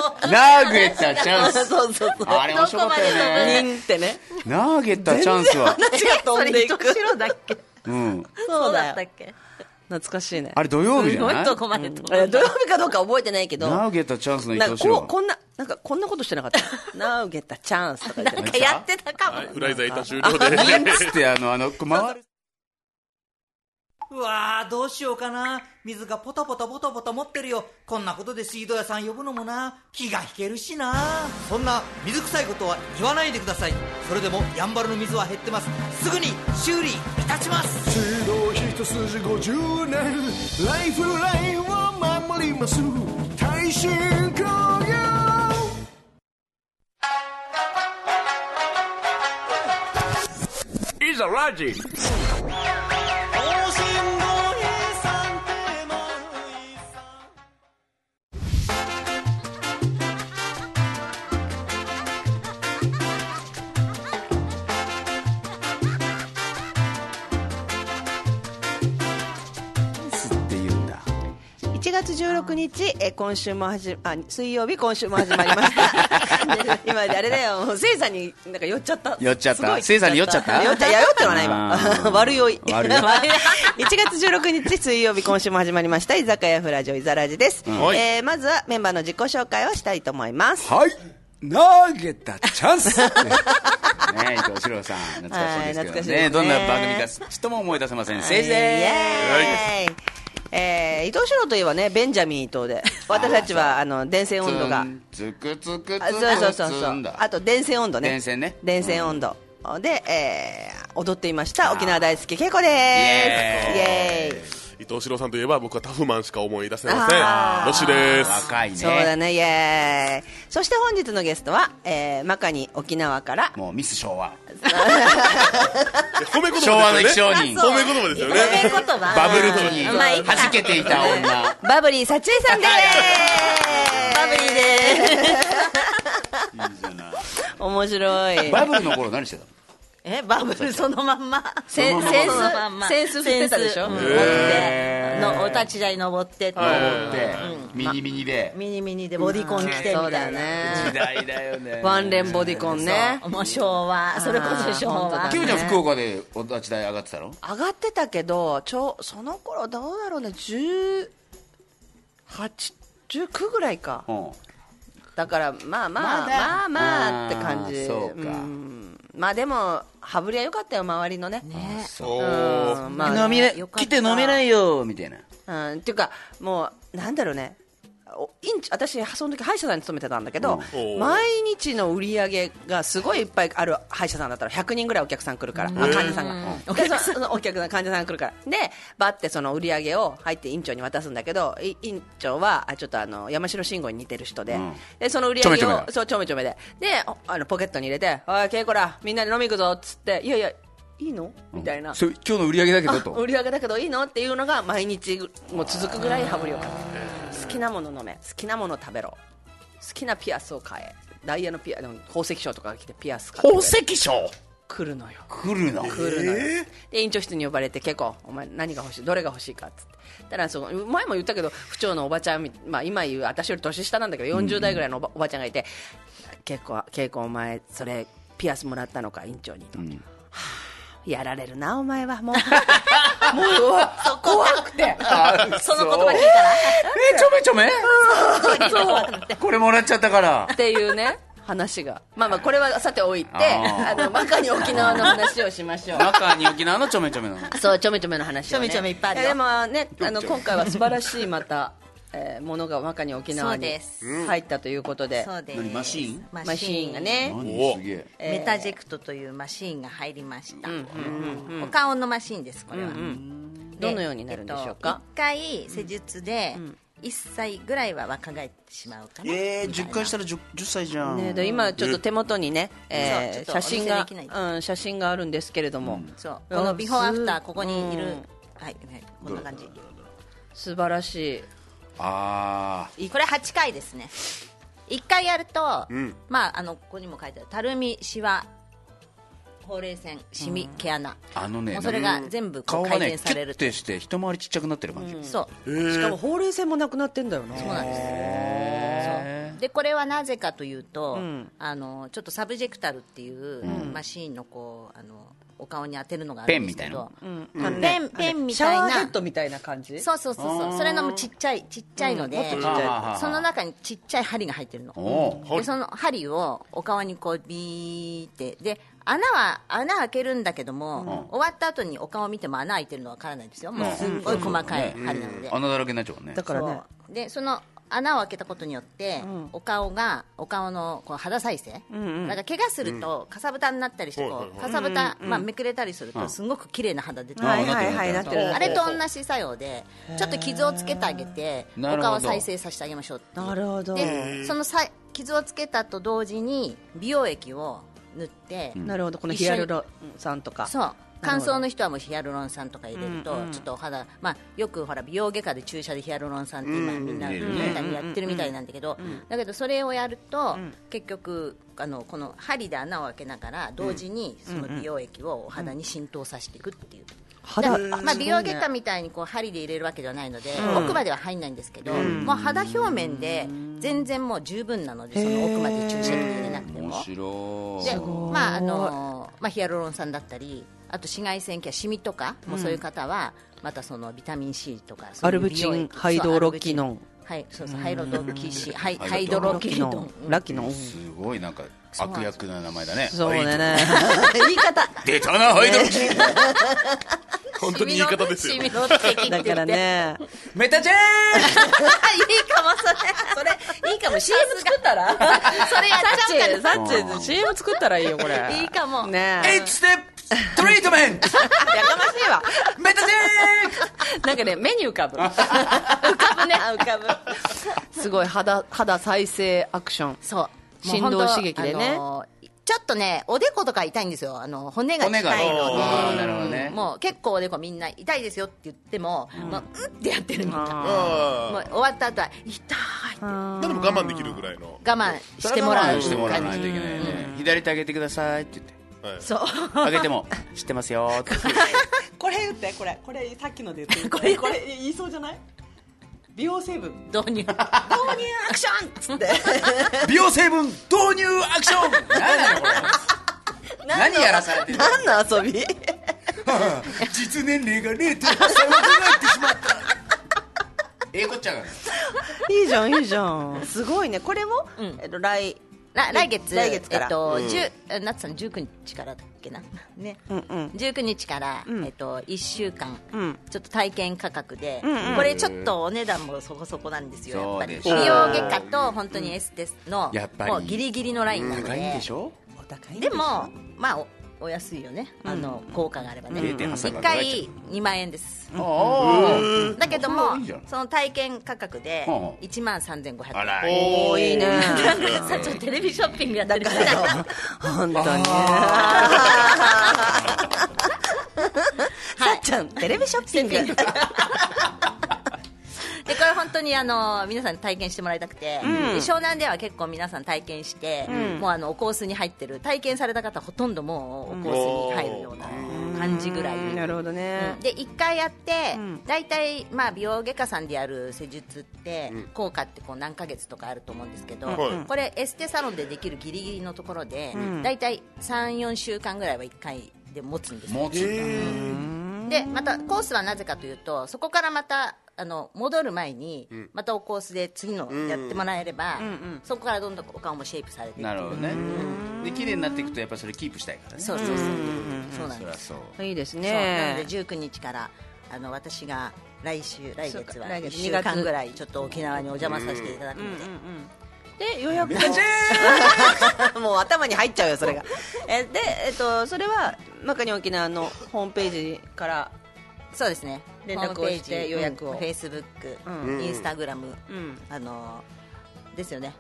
Speaker 4: げたチャンス
Speaker 3: そうそうそう
Speaker 4: あれ面白かったよ
Speaker 3: 「
Speaker 4: ね
Speaker 3: にん」って ね
Speaker 4: 投げたチャンスは、
Speaker 3: 話が飛んでいく
Speaker 5: 人白だっ け
Speaker 4: うん、
Speaker 3: そうだ
Speaker 5: だ
Speaker 3: よ
Speaker 5: ったっけ
Speaker 3: 懐かしいね
Speaker 4: あれ土曜日じ
Speaker 5: す
Speaker 4: ゃ
Speaker 5: ごい
Speaker 4: ない
Speaker 5: とこまで飛んだ
Speaker 3: え土曜日かどうか覚えてないけど
Speaker 4: 投げたチャンスの伊
Speaker 3: なん
Speaker 4: 藤
Speaker 3: かこ
Speaker 4: 四
Speaker 3: うこんななんかこんなことしてなかった 「ナウゲタチャンス」とか言って
Speaker 5: なんかやってたかも
Speaker 2: はいウライター一旦終了で
Speaker 4: ピンつってあのあの回る
Speaker 8: うわーどうしようかな水がポタポタポタポタ持ってるよこんなことで水道屋さん呼ぶのもな気が引けるしなそんな水臭いことは言わないでくださいそれでもやんばるの水は減ってますすぐに修理いたします
Speaker 1: 水道一筋50年ライフラインを守ります耐震工業
Speaker 4: って言うんだ
Speaker 3: 1月16日えー今週も始まあ水曜日今週も始まりました 今あれだよせいさんになんか寄っちゃった
Speaker 4: 酔っちゃっ
Speaker 3: すご
Speaker 4: た
Speaker 3: い
Speaker 4: せいさんに酔っちゃった
Speaker 3: 酔っちゃいや酔ってはな
Speaker 4: あ
Speaker 3: い今
Speaker 4: ー
Speaker 3: 悪酔い
Speaker 4: 悪酔い
Speaker 3: 1月16日水曜日今週も始まりました居酒屋フラジオイザラジです、
Speaker 2: はい
Speaker 3: えーまずはメンバーの自己紹介をしたいと思います
Speaker 4: はい投げたチャンスね伊藤四郎さん懐かしいですけど
Speaker 3: はい懐かし
Speaker 4: ね
Speaker 3: いですね
Speaker 4: どんな番組かちっとも思い出せません政治
Speaker 3: イ
Speaker 4: で
Speaker 3: エーイえー伊藤四郎といえばねベンジャミン伊藤で私たちはあの電線
Speaker 4: す
Speaker 3: 温度が
Speaker 4: つくつくつく
Speaker 3: あそうそうそう
Speaker 4: つ
Speaker 3: そ
Speaker 4: ん
Speaker 3: う
Speaker 4: だ
Speaker 3: あと電線温度ね
Speaker 4: 電線ね
Speaker 3: 電線温度で、えー踊っていました沖縄大好き恵子ですイエーイ
Speaker 2: 伊藤四郎さんといえば僕はタフマンしか思い出せませんロシです
Speaker 4: 若いね
Speaker 3: そうだねイエーイそして本日のゲストは、えー、マカニ沖縄から
Speaker 4: もうミス昭和
Speaker 2: 褒め言
Speaker 4: 昭和
Speaker 2: 葉
Speaker 4: の
Speaker 2: で
Speaker 4: 液
Speaker 2: すよ
Speaker 4: 晶
Speaker 2: ね
Speaker 4: に
Speaker 2: 褒め言葉ですよね
Speaker 5: 褒め言葉
Speaker 4: バブル期に
Speaker 5: まあいいか
Speaker 4: 弾けていた女
Speaker 3: バブリー幸恵さんです
Speaker 5: バブリーでーす
Speaker 3: 面白い
Speaker 4: バブルの頃何してたの
Speaker 5: えバブルそのまんま
Speaker 3: センセンス
Speaker 5: そのまんま
Speaker 3: センス振ってたでしょ
Speaker 5: センスうん
Speaker 4: へー
Speaker 5: のお立ち台登ってって
Speaker 4: 登ってミニミニで
Speaker 5: ミニミニでボディコン着てみたいな
Speaker 3: そうだよね
Speaker 4: 代だよね
Speaker 3: ワンレンボディコンね
Speaker 5: もう昭和それこそ昭
Speaker 3: 本当だ
Speaker 5: 和
Speaker 3: ね
Speaker 4: キムちゃん福岡でお立ち台上がってたの
Speaker 3: 上がってたけどちょその頃どうだろうね1819ぐらいか
Speaker 4: うん
Speaker 3: だからまあまあまあまあって感
Speaker 4: あ
Speaker 3: じ
Speaker 4: ーそうか
Speaker 3: んまあでも羽振りは良かったよ周りのね
Speaker 2: おー
Speaker 3: うんまあ
Speaker 4: 飲みな
Speaker 5: よかっ
Speaker 4: 来
Speaker 5: た
Speaker 4: て飲めないよみたいな
Speaker 3: うん、っていうかもうなんだろうねお院長私その時歯医者さんに勤めてたんだけ
Speaker 2: う
Speaker 3: ど、
Speaker 2: ん
Speaker 3: 毎日の売り上げがすごいいっぱいある歯医者さんだったら100人ぐらいお客さん来るから、あ患者さんが、でそ そのお客さん患者さんが来るからでバッてその売り上げを入って院長に渡すんだけどい院長はあちょっとあの山城慎吾に似てる人で,、
Speaker 4: ん
Speaker 3: でその売り上げ
Speaker 4: ちょめちょ
Speaker 3: を
Speaker 4: めだ
Speaker 3: そうちょめちょめででおあのポケットに入れて「おい稽古らみんなで飲み行くぞ」っつって「いやいやいいの?」みたいな、
Speaker 4: それ今日の売り上げだけどと
Speaker 3: 売り上げだけどいいのっていうのが毎日ぐもう続くぐらい羽振りをかけて好きなもの飲め好きなもの食べろ好きなピアスを買えダイヤのピアでも宝石商とかが来てピアス買って
Speaker 4: 宝石商
Speaker 3: 来るのよ
Speaker 4: 来るの
Speaker 3: 来るのよ、で院長室に呼ばれて結構お前何が欲しいどれが欲しいかっつってたらその前も言ったけど府長のおばちゃんみ、まあ、今言う私より年下なんだけど40代ぐらいのおば,、おばちゃんがいて結構結構お前それピアスもらったのか院長に、はあやられるなお前はもう もううわ怖くて
Speaker 5: その言葉聞いたら
Speaker 4: えちょめちょめそうこれもらっちゃったから
Speaker 3: っていうね話がまあまあこれはさておいて
Speaker 4: あ
Speaker 3: あのまかに沖縄の話をしましょう
Speaker 4: 中に沖縄のちょめちょめなの
Speaker 3: そうちょめちょめの話を、ね、
Speaker 5: ちょめちょめいっぱいあるよ
Speaker 3: やでもねあの今回は素晴らしいまた、 えーものが若に沖縄
Speaker 5: そう
Speaker 3: に
Speaker 5: です
Speaker 3: 入ったということで
Speaker 5: そうです
Speaker 4: 何マシーン
Speaker 5: マ
Speaker 3: マシーンがね
Speaker 4: 何すげえ
Speaker 5: メタジェクトというマシーンが入りました、お顔のマシーンですこれは、で
Speaker 3: どのようになるんでしょうか
Speaker 5: えっと一回施術で1歳ぐらいは若返ってしまうかな、
Speaker 4: えー、10回したら 10, 10歳じゃん、
Speaker 3: ね、で今ちょっと手元にね、えー
Speaker 5: そうちょっと
Speaker 3: 写真が
Speaker 5: お見せでき、
Speaker 3: うん、写真があるんですけれども、
Speaker 5: そう
Speaker 3: うん
Speaker 5: このビフォーアフターここにいる、
Speaker 3: うん
Speaker 5: はい、はい、こんな感じ
Speaker 3: 素晴らし
Speaker 4: あ
Speaker 5: これ8回ですね1回やると、まああのここにも書いてあるたるみしわほうれい線しみ、毛穴
Speaker 4: あのね
Speaker 5: もうそれが全部
Speaker 4: 顔
Speaker 5: こう
Speaker 4: が
Speaker 5: 改
Speaker 4: ね
Speaker 5: 善
Speaker 4: キ
Speaker 5: さ
Speaker 4: ュ
Speaker 5: れ
Speaker 4: ッ
Speaker 5: る
Speaker 4: てして一回りちっちゃくなってる感じ、
Speaker 5: そう
Speaker 3: いしかもほうれい線もなくなってんだよな
Speaker 5: そうなんですそうでこれはなぜかというと、あのちょっとサブジェクタルっていう、マシーンのこうあのお顔に当てるのがあるんですけど
Speaker 3: あの
Speaker 5: ペ
Speaker 3: ね
Speaker 5: ンペンみ
Speaker 3: シャワ
Speaker 5: たい
Speaker 3: ーヘ
Speaker 5: な
Speaker 3: ッドみたいな感じ
Speaker 5: そうそうそうそうそれのもちっちゃいちっちゃいので、
Speaker 4: ゃい
Speaker 5: その中にちっちゃい針が入ってるの
Speaker 4: おー
Speaker 5: でその針をお顔にこうビーってで穴は穴開けるんだけども、終わった後にお顔見ても穴開いてるのわからないんですよ、もうすっごい細かい針なので、
Speaker 4: 穴だらけになっちゃうもんね
Speaker 3: だからね
Speaker 5: そうでその穴を開けたことによって、お顔がお顔のこう肌再生、なんか怪我するとかさぶたになったりしてこう、かさぶた、まあ、めくれたりするとすごく綺麗な肌出てくる、
Speaker 3: はいはいはいなってる
Speaker 5: あれと同じ作用でちょっと傷をつけてあげてお
Speaker 4: なるほど
Speaker 5: 顔を再生させてあげましょうっていう
Speaker 3: なるほど
Speaker 5: でそのさ傷をつけたと同時に美容液を塗って、
Speaker 3: なるほどこのヒアルロン酸とか
Speaker 5: そう
Speaker 3: なる
Speaker 5: 乾
Speaker 3: ほど
Speaker 5: 燥の人はもうヒアルロン酸とか入れると、ちょっとお肌、まあ、よくほら美容外科で注射でヒアルロン酸って今みんな
Speaker 4: 入れ
Speaker 5: み
Speaker 4: るね
Speaker 5: たいにやってるみたいなんだけど、だけどそれをやると、結局あのこの針で穴を開けながら同時にその美容液をお肌に浸透させていくっていう。
Speaker 3: 肌
Speaker 5: だまあ、美容外科みたいにこう針で入れるわけではないので、奥までは入んないんですけど、もう肌表面で全然もう十分なのでその奥まで注射器入れなくても
Speaker 4: 面白い
Speaker 5: で、まああのまあ、ヒアルロン酸だったりあと紫外線系シミとか、もうそういう方はまたそのビタミン C とか
Speaker 3: アルブチンハイドロキノン
Speaker 5: はいそうそうハイドロ キシハイ
Speaker 4: ハイ
Speaker 5: ハイドロ
Speaker 3: ラ
Speaker 5: キ
Speaker 3: キ
Speaker 5: ノ
Speaker 3: ノ
Speaker 5: ン
Speaker 3: ンラキノン
Speaker 4: すごいなんか悪役な名前だね
Speaker 3: そう
Speaker 4: は
Speaker 3: だ
Speaker 4: い
Speaker 3: ね言い方
Speaker 4: 出たなハイドロキ
Speaker 2: 本当に言い方ですよ
Speaker 5: シミの敵って言
Speaker 3: だ
Speaker 5: って
Speaker 3: からね
Speaker 4: メタチェー
Speaker 5: いいかもそれそれいいかも CM 作ったら それやっちゃうか
Speaker 3: サッチサッチ CM 作ったらいいよこれ
Speaker 5: らいいかも
Speaker 4: ン
Speaker 3: ね
Speaker 4: !8 ステップ
Speaker 8: トリートメント
Speaker 3: やかまし いわ。
Speaker 8: メタジェッ ク
Speaker 3: なんかね、目に浮かぶ。浮かぶね、浮かぶ。 すごい、肌、肌再生アクション。
Speaker 5: そう
Speaker 3: 振動
Speaker 5: もう本当
Speaker 3: 刺激でね
Speaker 5: あのーちょっとねおでことか痛いんですよあの骨が痛
Speaker 4: 骨
Speaker 5: い
Speaker 4: があ
Speaker 5: の
Speaker 4: ーなるほど
Speaker 5: で
Speaker 4: ね
Speaker 5: もう結構おでこみんな痛いですよって言っても、うまあ、うってやってるみたいな
Speaker 2: あ
Speaker 5: もう終わった後は痛いって
Speaker 2: ーでも我慢できるぐらいの。
Speaker 5: 我慢してもらう
Speaker 4: してもらわない
Speaker 5: 感
Speaker 4: とい
Speaker 5: じ
Speaker 4: けないね左手上げてくださいって言って
Speaker 2: はい
Speaker 5: そう
Speaker 4: 上げても知ってますよって
Speaker 3: これ言って、これ、これ、さっきので 言って。これ、これ、言いそうじゃない美容成分。
Speaker 5: 導入導入アクションっつって
Speaker 4: 美容成分導入アクション何なのこれ何やらされてる
Speaker 3: 何の遊び
Speaker 4: 実年齢が0.3になってしまったええこっちゃが
Speaker 3: いいじゃん、いいじゃん。すごいね。これを、えっと、来、
Speaker 5: ら来月
Speaker 3: 来月から
Speaker 5: えっと10夏さん19日からだっけな、ね19日から、えっと、1週間、ちょっと体験価格で、これちょっとお値段もそこそこなんですよやっぱり
Speaker 4: そうでし
Speaker 5: 美
Speaker 4: ょう
Speaker 5: 容外科と本当にエステの
Speaker 4: やっぱり
Speaker 5: もうギリギリのラインなので
Speaker 4: 高いんでしょ
Speaker 3: お高いん
Speaker 5: で
Speaker 3: しょ
Speaker 5: も、まあ、おお安いよね、あの効果があればね、
Speaker 4: 0.8
Speaker 5: 一
Speaker 4: から
Speaker 5: 回2万円です、
Speaker 4: あ
Speaker 5: だけども
Speaker 4: あいいじゃん
Speaker 5: その体験価格で
Speaker 4: はあはあ
Speaker 5: 1万3500円
Speaker 4: ああら
Speaker 2: おーいいね。
Speaker 5: なんかさちょっとテレビショッピングやってるみたいな
Speaker 3: 本当に。さっちゃん、テレビショッピング。
Speaker 5: でこれ本当にあの皆さんに体験してもらいたくて、で湘南では結構皆さん体験して、もうあのおコースに入ってる体験された方ほとんどもうおコースに入るような感じぐらい、
Speaker 3: なるほどね。
Speaker 5: で1回やって、大体、まあ、美容外科さんでやる施術って、効果ってこう何ヶ月とかあると思うんですけど、
Speaker 2: はい
Speaker 5: これエステサロンでできるギリギリのところで、大体34週間ぐらいは1回で持つんですよ
Speaker 4: 持つんだ
Speaker 5: でまたコースはなぜかというとそこからまたあの戻る前に、またおコースで次のやってもらえれば、そこからどんどんお顔もシェイプされていく
Speaker 4: なるほどねで綺麗になっていくとやっぱりそれキープしたいからね
Speaker 5: そうそうそう、そうなん
Speaker 4: そ
Speaker 5: です
Speaker 4: りゃそう
Speaker 3: いいです
Speaker 5: そうなので
Speaker 3: ね。
Speaker 5: 19日からあの私が来週来月は
Speaker 3: 来月
Speaker 5: 1週間ぐらいちょっと沖縄にお邪魔させていただくので、
Speaker 3: で、予約を。もう頭に入っちゃうよ、それが。 えで、えっと、それは、中に沖縄のホームページから、
Speaker 5: そうですね
Speaker 3: 連絡をして予約を
Speaker 5: フェイスブック、
Speaker 2: ん
Speaker 5: インスタグラム、
Speaker 3: うん。
Speaker 5: あのですよね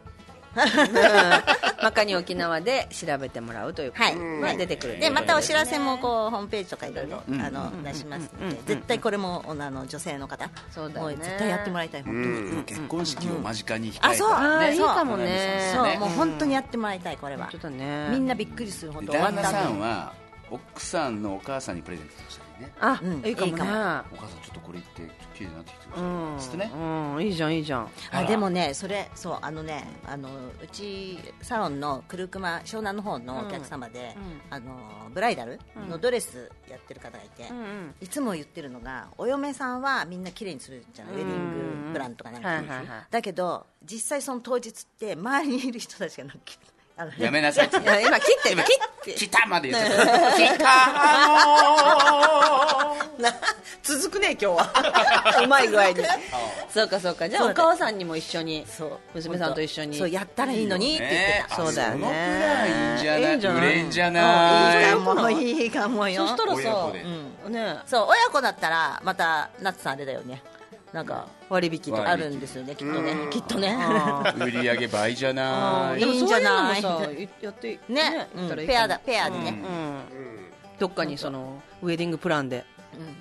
Speaker 3: マカニ沖縄で調べてもらうということ
Speaker 5: はい、
Speaker 3: が出てくる
Speaker 5: でまたお知らせもこうホームページとかいろいろあの出しますので絶対これもあの女性の方
Speaker 3: そうだ
Speaker 5: も
Speaker 3: よね
Speaker 5: う絶対やってもらいたい本当に、
Speaker 4: 結婚式を間近に控えた
Speaker 5: あそう
Speaker 3: あーいい
Speaker 5: そう
Speaker 3: かもね
Speaker 5: そうもう本当にやってもらいたいこれは
Speaker 3: ちょっとね
Speaker 5: みんなびっくりする本当終わ
Speaker 4: 旦
Speaker 5: っ
Speaker 4: 那
Speaker 5: た
Speaker 4: さ
Speaker 5: 後
Speaker 4: ん
Speaker 5: に
Speaker 4: は奥さんのお母さんにプレゼントしたりね
Speaker 3: あ、
Speaker 5: うん
Speaker 3: いいかも
Speaker 5: いい
Speaker 3: ね
Speaker 5: か
Speaker 4: お母さんちょっとこれ言って綺麗になってきてくださいつってね
Speaker 3: うん、うん、いいじゃんいいじ ゃん
Speaker 5: あでもねそれそうあのねあのうちサロンのクルクマ湘南の方のお客様で、あのブライダルのドレスやってる方がいて、
Speaker 3: ん
Speaker 5: いつも言ってるのがお嫁さんはみんな綺麗にするじゃない、ウェディングプランとかなんか、
Speaker 3: はいはいはい
Speaker 5: だけど実際その当日って周りにいる人たちがなんかあの
Speaker 4: やめなさい って
Speaker 3: いや今切って今切って
Speaker 4: 来たまで言っちゃった来たの
Speaker 3: な続くね今日はうまい具合にそうかそうかじゃあ
Speaker 5: そう
Speaker 3: お
Speaker 5: だ
Speaker 3: 母さんにも一緒に
Speaker 5: そう
Speaker 3: 娘さんと一緒に
Speaker 5: そうやったらいいのにって言って
Speaker 4: ね
Speaker 5: た、
Speaker 3: そうだよね
Speaker 4: そのくらいいいんじゃない
Speaker 3: いい
Speaker 4: 売れん
Speaker 3: ん
Speaker 4: じ
Speaker 3: じ
Speaker 4: ゃ
Speaker 5: いい
Speaker 4: ない
Speaker 5: かもいいかも
Speaker 3: そ
Speaker 5: よ
Speaker 3: したら
Speaker 4: 親子
Speaker 3: さ
Speaker 4: で、
Speaker 3: ね
Speaker 5: そう親子だったらまた夏さんあれだよねなんか
Speaker 3: 割引とか
Speaker 5: あるんですよねきっとねきっとね
Speaker 4: 売り上げ倍じゃな
Speaker 5: ー
Speaker 3: でもそういうのも
Speaker 5: いいんじゃ
Speaker 3: さ
Speaker 5: ない
Speaker 3: やってね
Speaker 5: ね
Speaker 3: やったらいいか
Speaker 5: ペ
Speaker 3: も
Speaker 5: アだペアでね、
Speaker 3: どっかにそのウェディングプランで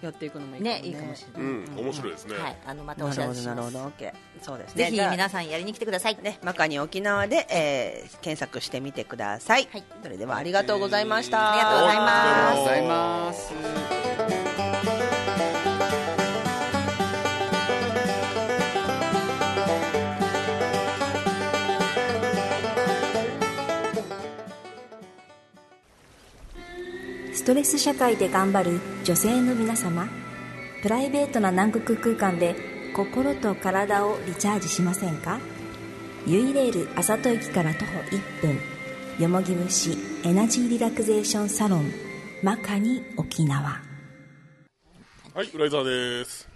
Speaker 3: やっていくのもいいかも
Speaker 5: ね
Speaker 3: ね
Speaker 5: いいかもしれ
Speaker 2: う
Speaker 5: ない、
Speaker 2: ん、面白いですね。
Speaker 5: はいあのまたお
Speaker 3: な
Speaker 5: 知
Speaker 3: る
Speaker 5: ら
Speaker 3: ほ
Speaker 5: せ
Speaker 3: どな
Speaker 5: し
Speaker 3: る
Speaker 5: ま
Speaker 3: ほ
Speaker 5: す
Speaker 3: ど OK そうです
Speaker 5: ぜ
Speaker 3: ね
Speaker 5: ひ
Speaker 3: じゃあ
Speaker 5: 皆さんやりに来てください
Speaker 3: ね、マカニ沖縄で、えー検索してみてください、
Speaker 5: はい
Speaker 3: それではありがとうございました、
Speaker 5: ありがとうございます
Speaker 4: ありがとうございます
Speaker 9: ストレス社会で頑張る女性の皆様プライベートな南国空間で心と体をリチャージしませんかユイレール朝と駅から徒歩1分よもぎ節エナジーリラクゼーションサロンマカニ沖縄
Speaker 2: はい、浦井沢です。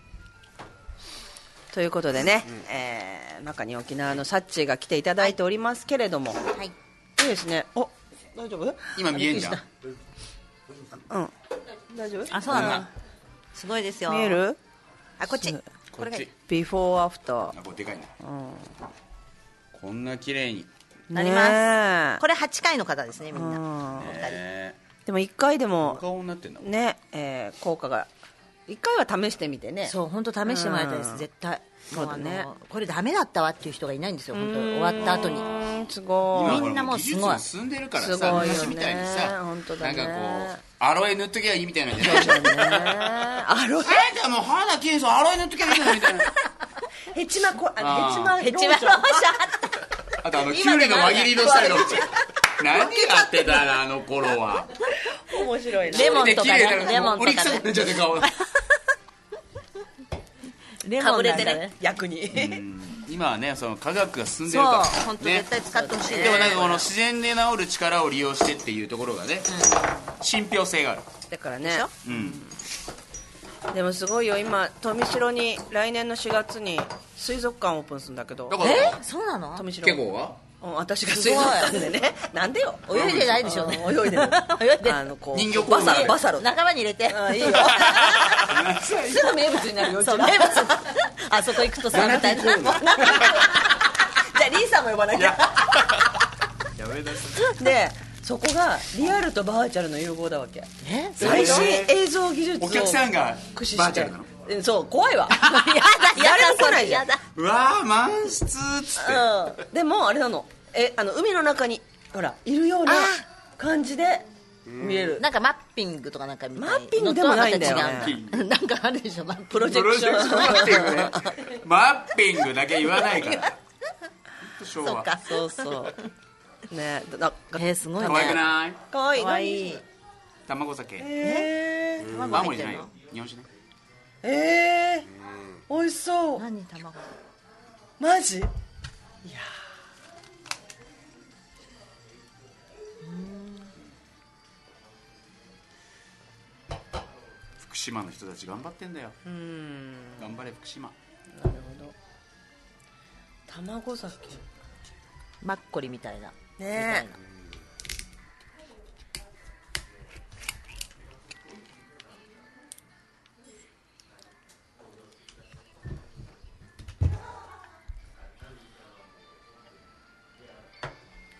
Speaker 3: ということでね、えー、マカニ沖縄のサッチーが来ていただいておりますけれども、い
Speaker 5: はい
Speaker 3: いですねお大丈夫
Speaker 4: 今見えんじゃん
Speaker 3: あうん大丈夫
Speaker 5: あそうなんだすごいですよ
Speaker 3: 見える
Speaker 5: あこっちこ
Speaker 4: こ
Speaker 5: れ
Speaker 4: っ
Speaker 5: がい
Speaker 4: ち
Speaker 5: い
Speaker 3: ビフォーアフター
Speaker 4: あこれでかいな、こんな綺麗に
Speaker 5: なります
Speaker 3: ねえ
Speaker 5: これ8回の方ですねみんな
Speaker 4: ね
Speaker 3: でも一回で
Speaker 4: お
Speaker 3: も
Speaker 4: 顔になってんだもん
Speaker 3: ね、えー効果が一回は試してみてね
Speaker 5: そう本当試してもらいたいです絶対
Speaker 3: そうだね
Speaker 5: もうあのこれダメだったわっていう人がいないんですよ本当終わった後に
Speaker 3: うんすごい
Speaker 5: みんなもうすご
Speaker 4: 今
Speaker 5: い
Speaker 4: ほら技術も進んでるからさ
Speaker 3: すごいよね
Speaker 4: 昔みたいにさ
Speaker 3: 本当だね
Speaker 4: なんかこうアロエ塗っときゃいいみたいなんじゃない
Speaker 3: ねあの
Speaker 4: なんかもう肌きれいそうアロエ塗っときゃいいのにみたいな
Speaker 3: ヘチマこあ
Speaker 4: あー
Speaker 3: のヘチマローション
Speaker 4: あとあのキュウレが輪切りのしたの何やってたのあの頃は
Speaker 3: 面白いな
Speaker 5: レモンとかね
Speaker 4: 綺麗だ
Speaker 5: レモンとか
Speaker 4: 折
Speaker 5: ね
Speaker 4: り臭くなっちゃって 顔
Speaker 5: レ
Speaker 3: か
Speaker 5: モ
Speaker 3: ぶ
Speaker 5: ン
Speaker 3: れ
Speaker 5: なん
Speaker 3: て
Speaker 5: だ
Speaker 3: ね役に
Speaker 4: 今はねその科学が進んで
Speaker 5: そう
Speaker 4: るから
Speaker 5: 本当絶対使ってほしい
Speaker 4: でもなんかこの自然で治る力を利用してっていうところがね、信憑性がある
Speaker 3: だからね
Speaker 4: うん
Speaker 3: でもすごいよ今富城に来年の4月に水族館オープンするんだけど
Speaker 4: だから
Speaker 5: えそうなの
Speaker 3: 富城
Speaker 4: 結構は
Speaker 3: うん私が水族館でねなんでよ
Speaker 5: 泳いでないでしょうね
Speaker 3: うん泳いでる
Speaker 5: 泳いでる
Speaker 3: あのこう
Speaker 4: 人魚コ
Speaker 3: バ
Speaker 4: ーナ
Speaker 3: サ
Speaker 4: ー
Speaker 3: ロ
Speaker 4: で
Speaker 3: バサロ
Speaker 5: 仲間に入れて
Speaker 3: うんいいよすぐ名物になるようち
Speaker 5: そう
Speaker 3: ら
Speaker 5: 名物 あそこ行くとさみたいな
Speaker 4: 並んで
Speaker 5: もうなんか
Speaker 3: じゃあリーさんも呼ばなきゃ
Speaker 4: やめなさ
Speaker 3: でそこがリアルとバーチャルの融合だわけ
Speaker 5: え
Speaker 3: 最新映像技術を
Speaker 4: お客さんが
Speaker 3: 駆使
Speaker 4: バ
Speaker 3: し
Speaker 4: ーチャ
Speaker 3: て
Speaker 4: ルなの
Speaker 3: えそう怖いわ
Speaker 5: やだや
Speaker 3: 誰も
Speaker 5: だ
Speaker 3: 来
Speaker 5: そ
Speaker 3: ない
Speaker 5: れ
Speaker 3: じゃん
Speaker 5: やだ
Speaker 4: うわー満室っつって
Speaker 3: でもあれなのえあの海の中にほらいるような感じで見える
Speaker 5: なんかマッピングとかなんかみたい
Speaker 3: マッピングでもないんだよね
Speaker 5: のとはまた違うなんかあるでしょマッ
Speaker 3: プ
Speaker 5: ピン
Speaker 3: ロ
Speaker 5: グ
Speaker 3: ジェクション
Speaker 4: プロジェクションマッピングねマッピングだけ言わないからほんと昭
Speaker 5: そ
Speaker 4: 和
Speaker 5: うか
Speaker 3: そう そうねだだ
Speaker 5: えーすごいね
Speaker 4: 可愛くない
Speaker 3: かわいい
Speaker 5: かわいい
Speaker 4: 卵酒
Speaker 3: えー
Speaker 4: マンゴーじゃないよ日本酒ね
Speaker 3: えー、美味しそう
Speaker 5: 何卵
Speaker 3: マジいや
Speaker 4: 福島の人たち頑張ってんだよ頑張れ福島
Speaker 3: なるほど卵酒
Speaker 5: マッコリみたいな
Speaker 3: ね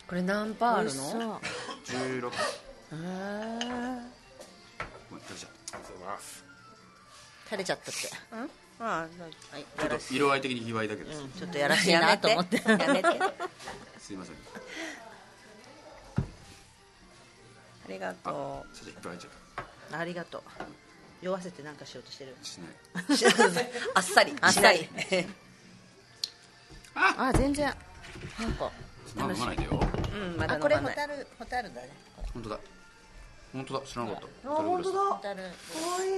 Speaker 3: これ何パーある
Speaker 5: そう
Speaker 4: 16
Speaker 3: の
Speaker 4: ごめん食べちゃった
Speaker 5: 垂れちゃったって
Speaker 3: あ
Speaker 5: はい
Speaker 4: ちょっと色合い的に卑猥だけど、
Speaker 5: ちょっ とやらしいなと思って
Speaker 3: やめてあ
Speaker 4: すいません
Speaker 3: りが
Speaker 4: あ
Speaker 3: と
Speaker 4: ちょっといっぱい入っちゃっ
Speaker 5: ありがとう酔わせてなんかしようとしてる
Speaker 4: たしないう
Speaker 3: あっさり
Speaker 5: あっさり
Speaker 3: しない
Speaker 5: あ全然なんか
Speaker 4: まだ飲まないでよ
Speaker 3: うんまだ
Speaker 5: あ
Speaker 3: 飲
Speaker 5: これ
Speaker 3: まな
Speaker 5: ホ
Speaker 3: い
Speaker 5: タルホタルだね
Speaker 4: 本当だ本当だ知らなかった
Speaker 3: あ本当
Speaker 5: ホ
Speaker 3: だ
Speaker 5: タル
Speaker 3: 可愛い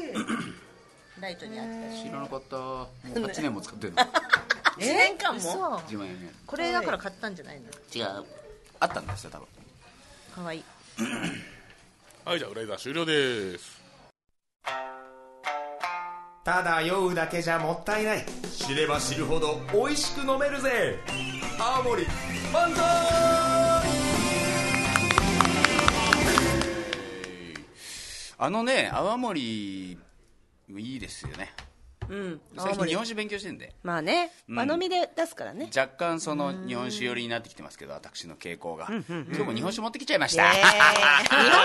Speaker 5: ライトにあったし
Speaker 4: 知らなかったもう8年も使ってるの
Speaker 3: 1年間も
Speaker 5: そう
Speaker 4: 自慢やね
Speaker 5: これだから買ったんじゃないの
Speaker 4: 違うあったんですよ多分
Speaker 5: かわいい
Speaker 2: はいじゃあ裏枝終了です
Speaker 1: ただ酔うだけじゃもったいない知れば知るほど美味しく飲めるぜ青森万歳
Speaker 4: あのね泡盛いいですよね
Speaker 3: うん
Speaker 4: 最近日本酒勉強してんで
Speaker 3: まあね
Speaker 4: うん
Speaker 3: 間飲みで出すからね
Speaker 4: 若干その日本酒寄りになってきてますけど私の傾向が今日も日本酒持ってきちゃいました
Speaker 3: えー日本酒万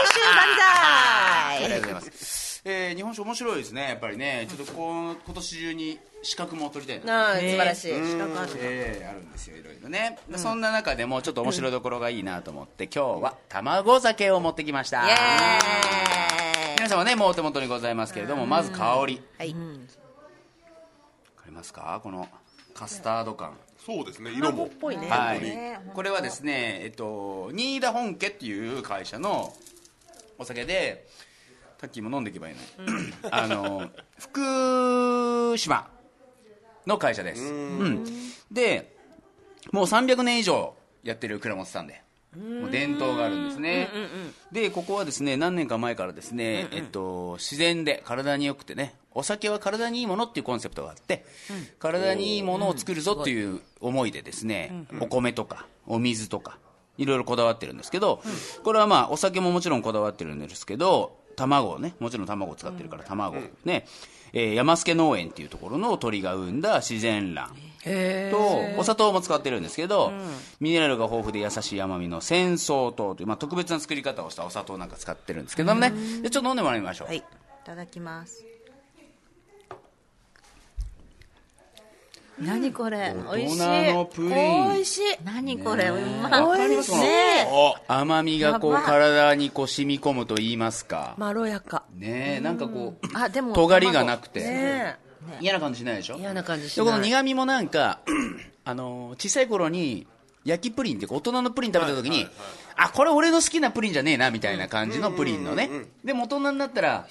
Speaker 4: ありがとう
Speaker 3: 歳
Speaker 4: ございます、えー日本酒面白いですねやっぱりねちょっとこう今年中に資格も取りたいな
Speaker 3: うん素晴らしい
Speaker 4: えーあるんですよいろいろね、そんな中でもちょっと面白いところがいいなと思って、今日は卵酒を持ってきました
Speaker 3: イエーイ
Speaker 4: 皆様ねもうお手元にございますけれどもまず香りわ
Speaker 3: はい
Speaker 4: かりますかこのカスタード感
Speaker 2: そうですね色
Speaker 3: 卵っ
Speaker 2: も
Speaker 3: ぽいね
Speaker 4: はい、
Speaker 5: ね本当
Speaker 4: これはですね、えっと、新田本家っていう会社のお酒でタッキーも飲んでいけばいいのに、あの福島の会社ですうんでもう300年以上やってる蔵元さんでもう伝統があるんですね、でここはですね何年か前からですね、えっと、自然で体に良くてねお酒は体にいいものっていうコンセプトがあって、体にいいものを作るぞっていう思いでですね、お米とかお水とかいろいろこだわってるんですけど、これはまあお酒ももちろんこだわってるんですけど卵をね、もちろん卵を使ってるから卵、ね、えー山助農園っていうところの鳥が産んだ自然卵と、お砂糖も使ってるんですけど、ミネラルが豊富で優しい甘みの仙草糖という、まあ、特別な作り方をしたお砂糖なんか使ってるんですけどもね、でちょっと飲んでもらいましょう。
Speaker 5: はいいただきます何これ美味しい
Speaker 4: 大人のプリン
Speaker 5: 美味しい何これうまい
Speaker 4: わかります
Speaker 5: ね
Speaker 4: 甘みがこう
Speaker 5: やばい
Speaker 4: 体にこう染み込むと言いますか、
Speaker 3: まろやか
Speaker 4: ねえなんかこう、
Speaker 5: あでも
Speaker 4: 尖りがなくて、
Speaker 3: ね
Speaker 4: 嫌な感じしないでしょ
Speaker 3: 嫌な感じし
Speaker 4: で
Speaker 3: ない
Speaker 4: この苦味もなんか あの小さい頃に焼きプリンってこう大人のプリン食べた時に、あこれ俺の好きなプリンじゃねえなみたいな感じのプリンのね、でも大人になったら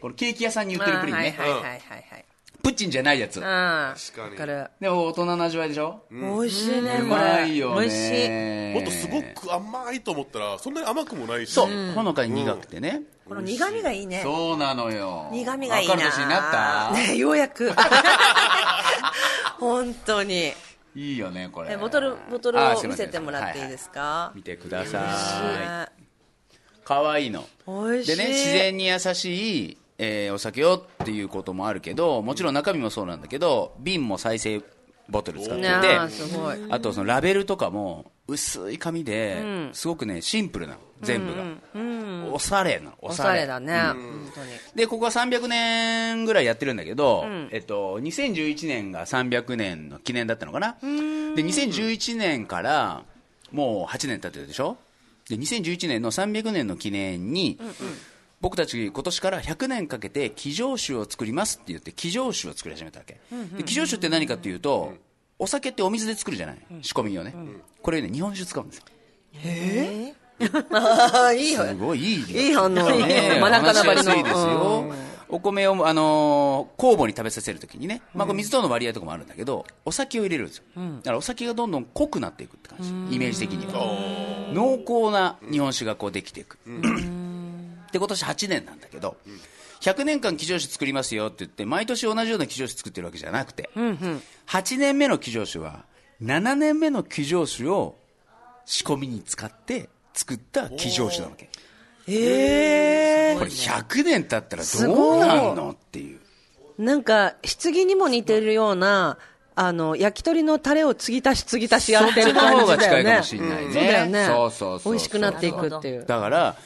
Speaker 4: これケーキ屋さんに売ってるプリンね、
Speaker 3: はいはいはいはいはい
Speaker 4: プッチンじゃないやつ、
Speaker 3: あ
Speaker 2: 確かに
Speaker 3: わかる
Speaker 4: でも大人の味わいでしょ、う
Speaker 3: 美味しいねこ
Speaker 4: ま
Speaker 3: れ
Speaker 4: いよね
Speaker 5: 美
Speaker 2: も
Speaker 5: 味
Speaker 2: っとすごく甘いと思ったらそんなに甘くもないし
Speaker 4: そう、ほのかに苦くてね、
Speaker 3: この苦味がいいね
Speaker 4: そうなのよ
Speaker 3: 苦味がいいな
Speaker 4: わかる年にな った、
Speaker 3: ねようやく本当に
Speaker 4: いいよねこれ
Speaker 3: えボトルボトル
Speaker 4: あ
Speaker 3: を
Speaker 4: すい
Speaker 3: 見
Speaker 4: ませ
Speaker 3: せ
Speaker 4: ん
Speaker 3: てもらっていいですか
Speaker 4: はいはい見てくだ
Speaker 3: 美
Speaker 4: さ
Speaker 3: 味
Speaker 4: い可愛いの
Speaker 3: 美味しい
Speaker 4: でね自然に優しい、えーお酒をっていうこともあるけどもちろん中身もそうなんだけど瓶も再生ボトル使って
Speaker 3: いねあー
Speaker 4: て
Speaker 3: すごい
Speaker 4: あとそのラベルとかも薄い紙ですごくねシンプルなの全部が、おしゃれなのお
Speaker 3: お
Speaker 4: し
Speaker 3: し
Speaker 4: ゃ
Speaker 3: ゃ
Speaker 4: れ
Speaker 3: れだね本当に
Speaker 4: でここは300年ぐらいやってるんだけど、えっと、2011年が300年の記念だったのかなで2011年からもう8年経ってるでしょで2011年の300年の記念に、僕たち今年から100年かけて騎乗酒を作りますって言って騎乗酒を作り始めたわけ、で騎乗酒って何かっていうと、お酒ってお水で作るじゃない仕込みをね、これね日本酒使うんですよ
Speaker 3: ああいいよ
Speaker 4: すごいいいね
Speaker 3: いい反応
Speaker 4: ね
Speaker 3: 真中
Speaker 4: 話
Speaker 3: の
Speaker 4: し
Speaker 3: ば
Speaker 4: や
Speaker 3: り
Speaker 4: す
Speaker 3: の
Speaker 4: いですよお米を、あのー酵母に食べさせるときにね、まあ、これ水との割合とかもあるんだけど、お酒を入れるんですよ、だからお酒がどんどん濃くなっていくって感じイメージ的には濃厚な日本酒がこうできていく、 で今年8年なんだけど、100年間騎乗酒作りますよって言って毎年同じような騎乗酒作ってるわけじゃなくて、8年目の騎乗酒は7年目の騎乗酒を仕込みに使って作った騎乗酒なわけ
Speaker 3: ええ
Speaker 4: これ100年経ったらどうなんのっていう
Speaker 3: なんか棺にも似てるようなあの焼き鳥のタレを継ぎ足し継ぎ足しやってる
Speaker 4: そっちの
Speaker 3: 感
Speaker 4: 方が
Speaker 3: じだ
Speaker 4: 近
Speaker 3: よ
Speaker 4: いか
Speaker 3: ね
Speaker 4: もしれないね
Speaker 3: そうだよね
Speaker 4: そうそうそう
Speaker 3: 美味しくなっていくっていう
Speaker 4: だから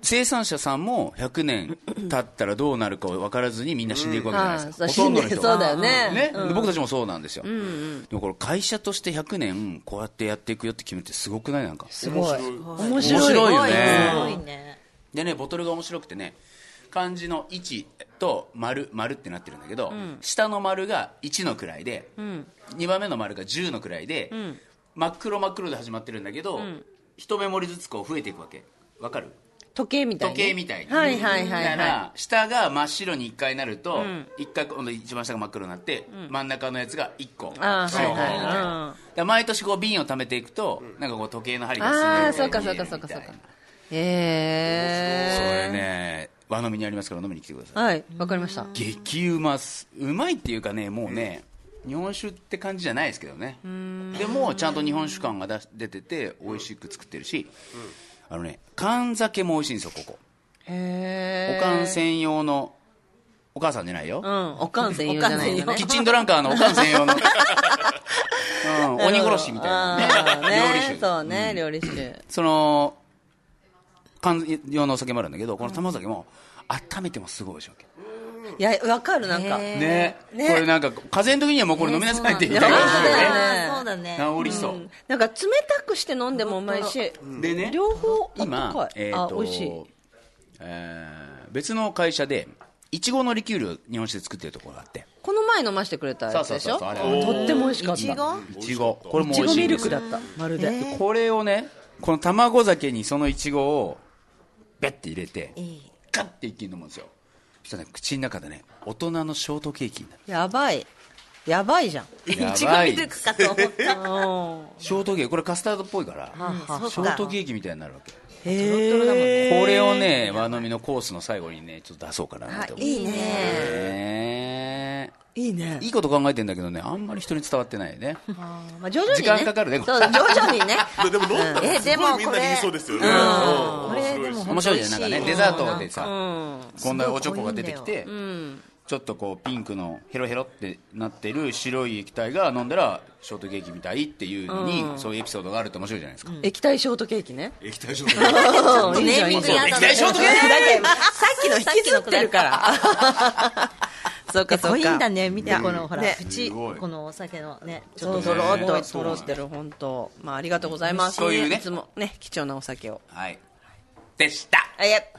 Speaker 4: 生産者さんも100年経ったらどうなるか分からずにみんな死んでいくわけじゃないですか、
Speaker 3: うんあー
Speaker 4: ほとんどの人が
Speaker 3: そうだよねうん
Speaker 4: で僕たちもそうなんですよ、でもこれ会社として100年こうやってやっていくよって決めてすごくないなんか
Speaker 3: すごい面
Speaker 4: 面白いよ
Speaker 5: すごい
Speaker 4: ね
Speaker 5: ね
Speaker 4: でねボトルが面白くてね漢字の1と丸丸ってなってるんだけど、下の丸が1の位で、2番目の丸が10の位で、真っ黒真っ黒で始まってるんだけど、一目盛りずつこう増えていくわけわかる
Speaker 3: 時計みたい
Speaker 4: 時
Speaker 3: に
Speaker 4: 計みたいに
Speaker 3: はいはいは
Speaker 4: だか
Speaker 3: いは
Speaker 4: ら下が真っ白に1回なると、一回今度一番下が真っ黒になって、真ん中のやつが1個
Speaker 3: あー
Speaker 4: 白
Speaker 3: はいはい
Speaker 4: みたいなだから毎年こう瓶を貯めていくと、なんかこう時計の針が進んでい
Speaker 3: あー
Speaker 4: くよに
Speaker 3: そうかそうかそうかそうか
Speaker 4: 見えるみたいな
Speaker 3: ええ
Speaker 4: それね和飲みにありますから飲みに来てください
Speaker 3: はいわかりました
Speaker 4: 激うまっすうまいっていうかねもうね、日本酒って感じじゃないですけどねでもちゃんと日本酒感が出し出てて美味しく作ってるし、あのね缶酒も美味しいんですよここ、
Speaker 3: へえ
Speaker 4: おかん専用のお母さんじゃないよ、
Speaker 3: うんおかん専用じゃないよね
Speaker 4: キッチンドランカーのおかん専用 の、うん、鬼殺しみたいな、
Speaker 3: あー
Speaker 4: ね、料理酒
Speaker 3: そうね料理酒
Speaker 4: その缶用のお酒もあるんだけどこの玉酒も温めてもすごい美味しいわけ
Speaker 3: いやわかるなんか
Speaker 4: ね
Speaker 3: ね
Speaker 4: これなんか風邪の時にはもうこれ飲みなさいって言いたい
Speaker 3: ね
Speaker 4: 感
Speaker 3: そう
Speaker 4: じ
Speaker 3: だ
Speaker 4: だ
Speaker 3: よ
Speaker 4: よ
Speaker 3: ね
Speaker 4: ね
Speaker 5: あーそうだね
Speaker 4: 治りそう、
Speaker 3: なんか冷たくして飲んでもうまいし
Speaker 4: でね
Speaker 3: 両方あった
Speaker 4: 今
Speaker 3: か、い
Speaker 4: えー
Speaker 3: あ
Speaker 4: と
Speaker 3: 美味しい
Speaker 4: えー別の会社でいちごのリキュールを日本酒で作ってるところがあって
Speaker 3: この前飲ませてくれたやつでしょ
Speaker 4: そうそうそうあれ
Speaker 3: とっても美味しかったい
Speaker 4: いちごこれも
Speaker 3: ち
Speaker 4: 美
Speaker 3: ご
Speaker 4: 味しい
Speaker 3: ミ
Speaker 4: んで
Speaker 3: ル
Speaker 4: す
Speaker 3: クだったまるで
Speaker 4: これをねこの卵酒にそのいちごをベッて入れてガッて一気に飲むんですよそしたらね口の中でね大人のショートケーキになる
Speaker 3: やばいやばいじゃん
Speaker 4: やばい
Speaker 5: いち ごミルクかと思った
Speaker 4: ショートケーキこれカスタードっぽいから
Speaker 5: あ
Speaker 4: ショートケーキみたいになるわけ
Speaker 3: へえ
Speaker 4: これをね和飲みのコースの最後にねちょっと出そうかなって思って
Speaker 5: いいね
Speaker 4: ね
Speaker 3: いいね
Speaker 4: いいこと考えてんだけどねあんまり人に伝わってないね
Speaker 3: まあ徐々にね
Speaker 4: 時間かかるね
Speaker 3: そう徐々にね
Speaker 2: ででも飲んだ
Speaker 5: え
Speaker 2: らす
Speaker 5: でも
Speaker 2: ごいみ
Speaker 5: これ
Speaker 2: んなに言いそうですよね
Speaker 5: これ
Speaker 2: 白い
Speaker 6: でも
Speaker 4: 面白いじゃんなんかねデザートで
Speaker 3: う
Speaker 4: さ
Speaker 3: ん
Speaker 4: こんなおちょこが出てきて
Speaker 3: うん
Speaker 4: ちょっとこうピンクのヘロヘロってなってる白い液体が飲んだらショートケーキみたいっていうのに、そういうエピソードがあると面白いじゃないですか、
Speaker 3: 液体ショートケーキね
Speaker 4: 液体ショートケーキ
Speaker 3: いいじゃんいいじゃん
Speaker 4: 液体ショートケーキ
Speaker 3: さっきの引きずってるから。 そうかそうか。
Speaker 6: 濃いんだね見てこのほら
Speaker 3: ね
Speaker 6: 口
Speaker 4: すごい
Speaker 6: このお酒のねちょ
Speaker 3: そ
Speaker 6: っ
Speaker 3: う。
Speaker 6: と
Speaker 3: ドローっと
Speaker 4: そう
Speaker 3: 揃ってる本当。まあありがとうございます。
Speaker 4: そういうね
Speaker 3: いつもね貴重なお酒を。
Speaker 4: はいでした
Speaker 3: あいえ。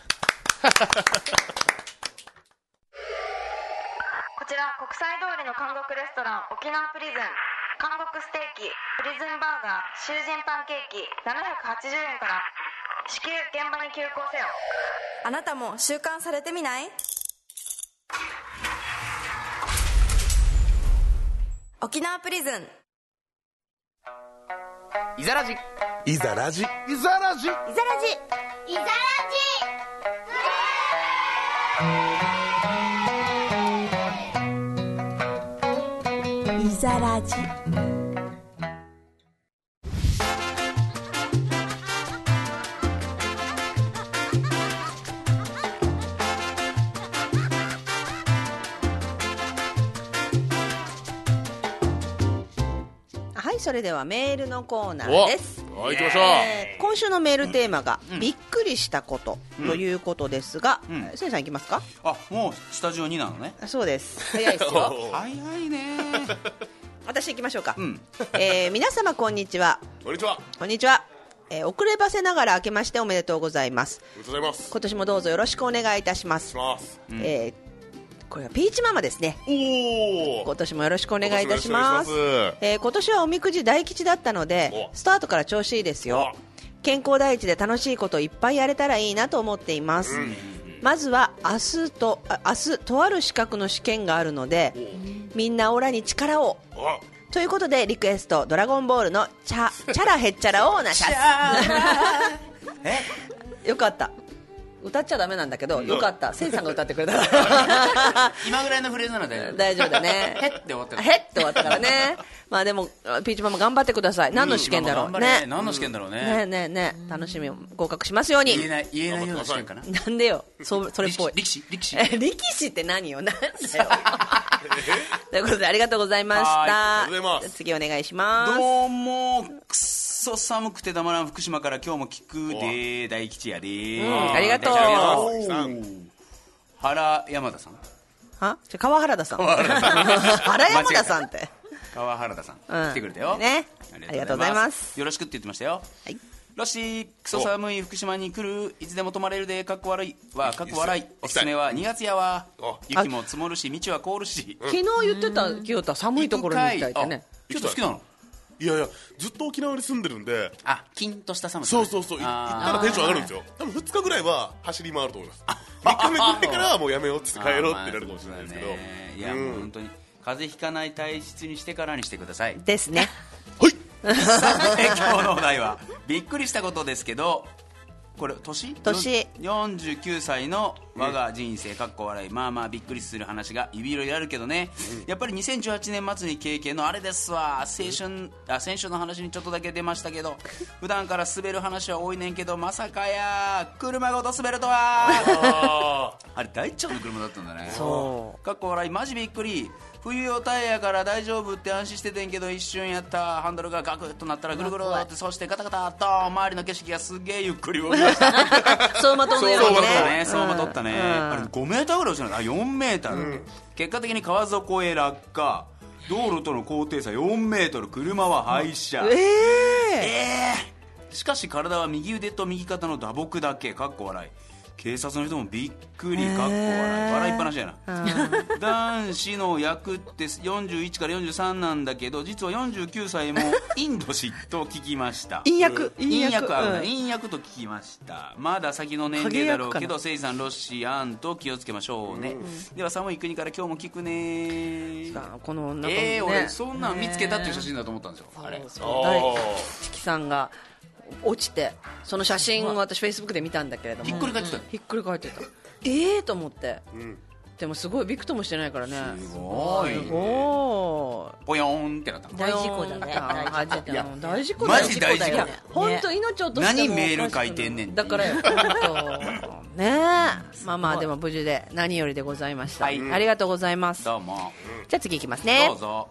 Speaker 10: こちら国際通りの韓国レストラン沖縄プリズン韓国ステーキプリズンバーガー囚人パンケーキ780円から至急現場に急行せよ
Speaker 9: あなたも習慣されてみない沖縄プリズン
Speaker 4: いざらじ
Speaker 2: いざラジ
Speaker 1: イザラジ
Speaker 5: イザラジイザラ
Speaker 9: いざラジ
Speaker 3: はいそれではメールのコーナ
Speaker 2: お
Speaker 3: ーです。
Speaker 2: はい行きましょう
Speaker 3: えー今週のメールテーマがびっくりしたことということですが、
Speaker 4: ん
Speaker 3: せいさんいきますか。
Speaker 4: あもうスタジオ2なのね
Speaker 3: そう です。早いですよ。
Speaker 2: お
Speaker 4: 早いね
Speaker 3: 私行きましょうか。
Speaker 4: うん
Speaker 3: えー皆様こんにちは。
Speaker 2: こんにちはあ
Speaker 3: こんにちは。えー遅ればせながら明けましておめでとうございます。
Speaker 2: りがとうございます
Speaker 3: 今年もどうぞよろしくお願いいたします
Speaker 2: し。ます
Speaker 3: えーこれはピーチママですね
Speaker 2: おお
Speaker 3: 今年もよろしくお願いいたしま
Speaker 2: 今年もよろ
Speaker 3: す
Speaker 2: しくお願いします
Speaker 3: えー今年はおみくじ大吉だったので
Speaker 2: お
Speaker 3: スタートから調子いいですよ健康第一で楽しいこといっぱいやれたらいいなと思っています、まずは明日とあ明日とある資格の試験があるのでみんなオラに力を
Speaker 2: あ
Speaker 3: ということでリクエスト「ドラゴンボール」のチャ「チャラへっちゃらおーなシャ ス」よかった歌っちゃダメなんだけどよかったせいさんが歌ってくれ た
Speaker 4: 今ぐらいのフレーズなら大丈夫
Speaker 3: 大丈夫だね
Speaker 4: へって終わったから
Speaker 3: へって終わったからねまあでもあピーチママ頑張ってください何の試験だろう
Speaker 4: うん頑張れ
Speaker 3: ねね
Speaker 4: 何の試験だろうね
Speaker 3: えねえねえ楽しみ合格しますように
Speaker 4: 言えない言えないような試験かな
Speaker 3: なんでよそうそれっぽい
Speaker 4: 力士力士力士
Speaker 3: え力士って何よなんだ よということでありがとうございました
Speaker 2: はーいありがとうございます
Speaker 3: 次お願いします
Speaker 4: どうもくっそ寒くてたまらん福島から今日も聞くで大吉やで
Speaker 3: んありがとう
Speaker 2: 大吉やで
Speaker 4: 原山田さん
Speaker 3: はじゃあ川原 田さん原山田さんって
Speaker 4: 川原田さん、
Speaker 3: うん
Speaker 4: 来てくれたよ
Speaker 3: ねありがとうございます
Speaker 4: よろしくって言ってましたよ
Speaker 3: はい
Speaker 4: ロッシークソ寒い福島に来るいつでも泊まれるでかっこ悪いはかっこ笑いおすすめは2月やわ
Speaker 2: お
Speaker 4: 雪も積もるし道は凍るし
Speaker 3: 昨日言ってた清田寒いところに行きたいってね
Speaker 4: 行くかいあちょっと好きなの
Speaker 2: いやいやずっと沖縄に住んでるんで
Speaker 4: あキンとした寒さ
Speaker 2: そうそうそうい行っ
Speaker 4: あー
Speaker 2: たらテンション上がるんですよ多分2日ぐらいは走り回ると思います3日目ぐらいからはもうやめようっつって帰ろうってなるかもしれないですけど
Speaker 4: あーまあそうだねいやもう本当に風邪ひかない体質にしてからにしてくだ さい
Speaker 3: ですね
Speaker 4: 今日のお題はびっくりしたことですけどこれ年
Speaker 3: 年
Speaker 4: 49歳の我が人生かっこ笑いまあまあびっくりする話がいろいろあるけどねやっぱり2018年末に経験のあれですわ青春あ先週の話にちょっとだけ出ましたけど普段から滑る話は多いねんけどまさかや車ごと滑るとはあれ大腸の車だったんだね
Speaker 3: そう
Speaker 4: かっこ笑いマジびっくり冬用タイヤから大丈夫って安心しててんけど一瞬やったハンドルがガクッとなったらぐるぐるってそしてガタガタドーン周りの景色がすげえゆっくり動きました
Speaker 3: 相馬とのよ
Speaker 4: そう
Speaker 3: うに
Speaker 4: 思った
Speaker 3: ね
Speaker 4: ねそう思っとったねあれ5メーターぐらい落ちたのあ4メーターだって結果的に川底へ落下道路との高低差4メートル車は廃車
Speaker 3: ええ
Speaker 4: えーしかし体は右腕と右肩の打撲だけかっこ笑い警察の人もびっくりかっこ笑い、笑いっぱなしやな男子の役って41から43なんだけど実は49歳もインド氏と聞きました
Speaker 3: 陰薬
Speaker 4: 陰
Speaker 3: 陰
Speaker 4: 薬
Speaker 3: 薬
Speaker 4: あ
Speaker 3: うん
Speaker 4: 陰薬と聞きましたまだ先の年齢だろうけどせいさんロッシーアンと気をつけましょうね、では寒い国から今日も聞くね
Speaker 3: さあこの女の子ね、
Speaker 4: えー、俺そんなん見つけたっていう写真だと思ったんですよあれ
Speaker 3: そう大吉さんが落ちてその写真を私フェイスブックで見たんだけれども
Speaker 4: ひっくり返ってたよ
Speaker 3: ひっくり返ってたええと思って、でもすごいびくともしてないからね
Speaker 4: すごい
Speaker 3: すごい
Speaker 4: ぽよーんってなった
Speaker 5: 大事故だね
Speaker 3: あ
Speaker 5: 大事故
Speaker 3: いや
Speaker 5: いや
Speaker 3: 大事故だよ
Speaker 4: マジ大事故
Speaker 3: いや本当
Speaker 5: ね
Speaker 3: 命を落として
Speaker 4: 何
Speaker 3: も
Speaker 4: メール書いてんねん
Speaker 3: だからよ本当ねえまあまあでも無事で何よりでございました、
Speaker 4: はい
Speaker 3: ありがとうございますじ
Speaker 4: どうも
Speaker 3: ゃあ次いきますね
Speaker 4: どうぞ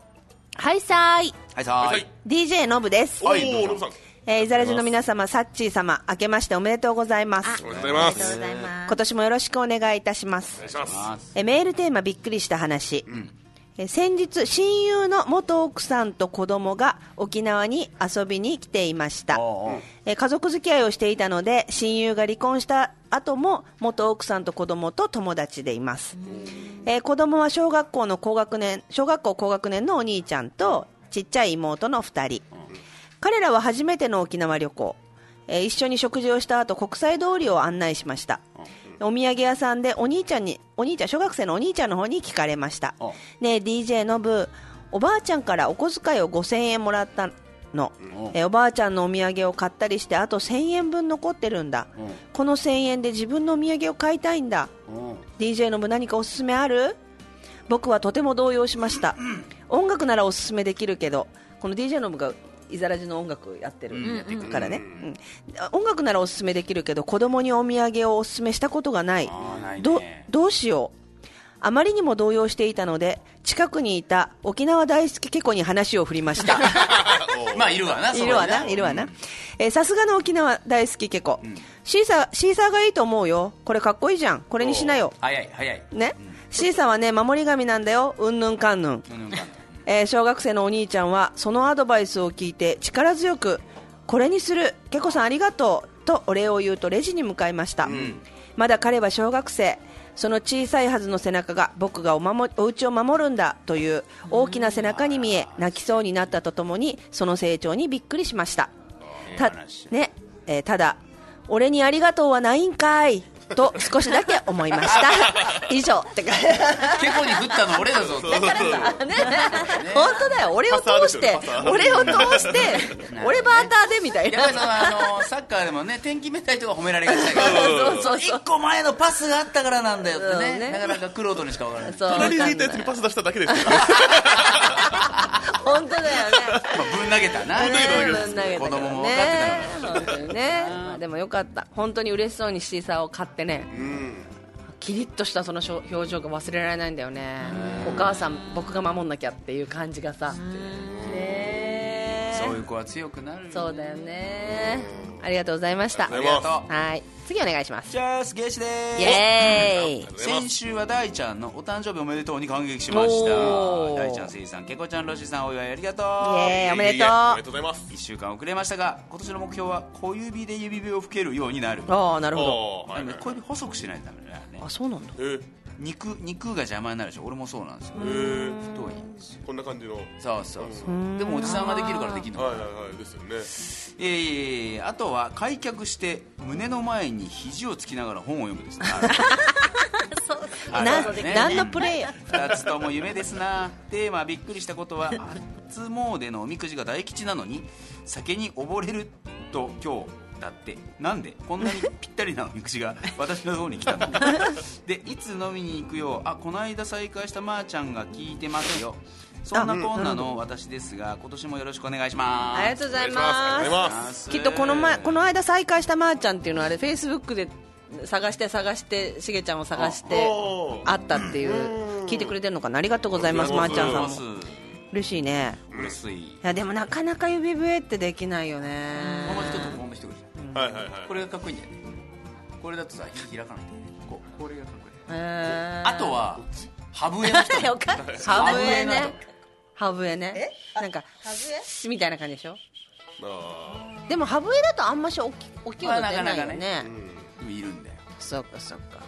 Speaker 3: はいさーい
Speaker 4: はいさーい
Speaker 3: DJ のぶです
Speaker 2: お
Speaker 4: は
Speaker 2: お
Speaker 4: いどうぞ
Speaker 2: ノブさん
Speaker 3: えー、イザラジの皆様、サッチー様、明けましておめでとうございます
Speaker 2: お。めでとうございま
Speaker 5: ありがとう
Speaker 2: す
Speaker 5: ございます
Speaker 3: 今年もよろしくお願いいたします
Speaker 2: お。願いします
Speaker 4: ます
Speaker 3: えーメールテーマびっくりした話、えー先日親友の元奥さんと子供が沖縄に遊びに来ていました
Speaker 4: おうおう
Speaker 3: えー家族付き合いをしていたので親友が離婚した後も元奥さんと子供と友達でいます、えー子供は小学校の高学年小学校高学年のお兄ちゃんとちっちゃい妹の2人、彼らは初めての沖縄旅行、えー一緒に食事をした後国際通りを案内しました、お土産屋さんでお兄ちゃんにお兄ちゃん小学生のお兄ちゃんの方に聞かれました
Speaker 4: あ
Speaker 3: ねえ DJ のぶおばあちゃんからお小遣いを5000円もらったの、えーおばあちゃんのお土産を買ったりしてあと1000円分残ってるんだ、
Speaker 4: うん
Speaker 3: この1000円で自分のお土産を買いたいんだ
Speaker 4: うん
Speaker 3: DJ のぶ何かおすすめある僕はとても動揺しました音楽ならおすすめできるけどこの DJ のぶがイザラジの音楽やってるからね、うん音楽ならおすすめできるけど子供にお土産をおすすめしたことがない
Speaker 4: あーないね
Speaker 3: どどうしようあまりにも動揺していたので近くにいた沖縄大好きケコに話を振りました
Speaker 4: まあいるわなそこ
Speaker 3: い
Speaker 4: に
Speaker 3: るわないるわなえーさすがの沖縄大好きケコ、シーサーシーサーがいいと思うよこれかっこいいじゃんこれにしなよ
Speaker 4: 早い早い
Speaker 3: ね、C さんはね守り神なんだようんぬんかんぬん、
Speaker 4: うんうんかん
Speaker 3: えー小学生のお兄ちゃんはそのアドバイスを聞いて力強くこれにするけこさんありがとうとお礼を言うとレジに向かいました、まだ彼は小学生その小さいはずの背中が僕がお守お家を守るんだという大きな背中に見え泣きそうになったとともにその成長にびっくりしましたた,、ねえーただ、俺にありがとうはないんかいと少しだけ思いました。以上ってか
Speaker 4: 結構に振ったの俺だぞだからさ
Speaker 3: ね、本当だよ、俺を通して
Speaker 2: パサーですよねパサ、ー
Speaker 3: 俺を通して、俺バーターでみたい
Speaker 4: や
Speaker 3: な
Speaker 4: っぱり。そのあのサッカーでもね天気めたいとか褒められがちだけ
Speaker 3: そうそ
Speaker 4: ど
Speaker 3: うそう
Speaker 4: 一個前のパスがあったからなんだよって
Speaker 3: そう
Speaker 4: ね
Speaker 3: ね
Speaker 4: なかなか玄人にしか分からない
Speaker 3: そう
Speaker 2: 隣にいたやつにパス出しただけですよ
Speaker 3: 本当だよね。
Speaker 4: まあぶん投げたな
Speaker 3: ぶん投げた
Speaker 4: 子
Speaker 3: けど
Speaker 4: 供も分かってた
Speaker 3: ね。本当にね。まあでもよかった。本当に嬉しそうにシーサーを買ってね。キリッとしたその表情が忘れられないんだよね。お母さん、僕が守んなきゃっていう感じがさ。ね
Speaker 4: そういう子は強くなるよね
Speaker 3: そうだよね。ありがとうございました。
Speaker 2: あ
Speaker 4: あ
Speaker 2: り
Speaker 4: り
Speaker 2: が
Speaker 4: が
Speaker 2: とうござ
Speaker 4: とう
Speaker 3: はい。次お願いします。
Speaker 4: じゃあすげえしで
Speaker 3: イ
Speaker 4: ー
Speaker 3: エーイ。
Speaker 2: ありがとうございます
Speaker 4: 先週は大ちゃんのお誕生日おめでとうに感激しました
Speaker 3: おー
Speaker 4: 大ちゃんせいさんけこちゃんロシさんお祝いありがとう
Speaker 3: イエーイおめでとう
Speaker 2: おめでとうございます
Speaker 4: 1週間遅れましたが今年の目標は小指で指笛を吹けるようになる
Speaker 3: ああ、なるほど。
Speaker 2: おーは
Speaker 4: ないん
Speaker 2: は
Speaker 4: で
Speaker 2: い
Speaker 4: 小指細くしないとダメだね
Speaker 3: あ、そうなんだ。
Speaker 2: えー
Speaker 4: 肉肉が邪魔になるでしょ俺もそうなんですよ
Speaker 2: えー
Speaker 4: 太いんですよ
Speaker 2: こんな感じのはい
Speaker 4: そうそうそうでもおじさんができるからできるの
Speaker 2: は
Speaker 4: か
Speaker 2: い
Speaker 4: な
Speaker 2: はいですよ
Speaker 4: い
Speaker 2: ね
Speaker 4: やいやいやあとは開脚して胸の前に肘をつきながら本を読むですねあれ
Speaker 3: な
Speaker 4: あれね
Speaker 3: 何のプレイヤー
Speaker 4: 二つとも夢ですなテーマびっくりしたことは初詣のおみくじが大吉なのに酒に溺れると今日だってなんでこんなにぴったりなおみくじが私の方に来たの でいつ飲みに行くようあこの間再会したまーちゃんが聞いてますよそんなこんなの私ですが今年もよろしくお願いします
Speaker 3: ありがとうござい
Speaker 2: あ
Speaker 3: ま
Speaker 2: り
Speaker 3: す
Speaker 2: がとうございます
Speaker 4: す
Speaker 3: きっとこの前この間再会したまーちゃんっていうのはあれフェイスブックで探して探してしげちゃんを探して
Speaker 2: おー
Speaker 3: 会ったっていう聞いてくれてるのかなありがとうございます
Speaker 2: あ
Speaker 3: ま
Speaker 2: り
Speaker 3: ー
Speaker 2: が
Speaker 3: ち
Speaker 2: と
Speaker 3: ゃ
Speaker 2: うんご
Speaker 3: さ
Speaker 2: ざい
Speaker 3: ん
Speaker 2: ま
Speaker 3: も嬉しいね
Speaker 4: 嬉しい
Speaker 3: いやでもなかなか指笛ってできないよね
Speaker 4: この人とこの人がいる
Speaker 2: はいはいはい
Speaker 4: これがかっこいいんだよねこれだとさひ開かないんだよねこうこれがかっこいい
Speaker 3: えー
Speaker 4: あとは羽笛の 人
Speaker 5: よかった
Speaker 3: 羽笛
Speaker 4: の
Speaker 3: ね
Speaker 4: 後
Speaker 3: 羽笛ねなんかみたいな感じでしょ
Speaker 2: あ
Speaker 3: でも羽笛だとあんまし大き大きい音出
Speaker 4: まあ
Speaker 3: な
Speaker 4: ないか
Speaker 3: よ
Speaker 4: なか
Speaker 3: ね
Speaker 4: でもいるんだよ
Speaker 3: そうかそうか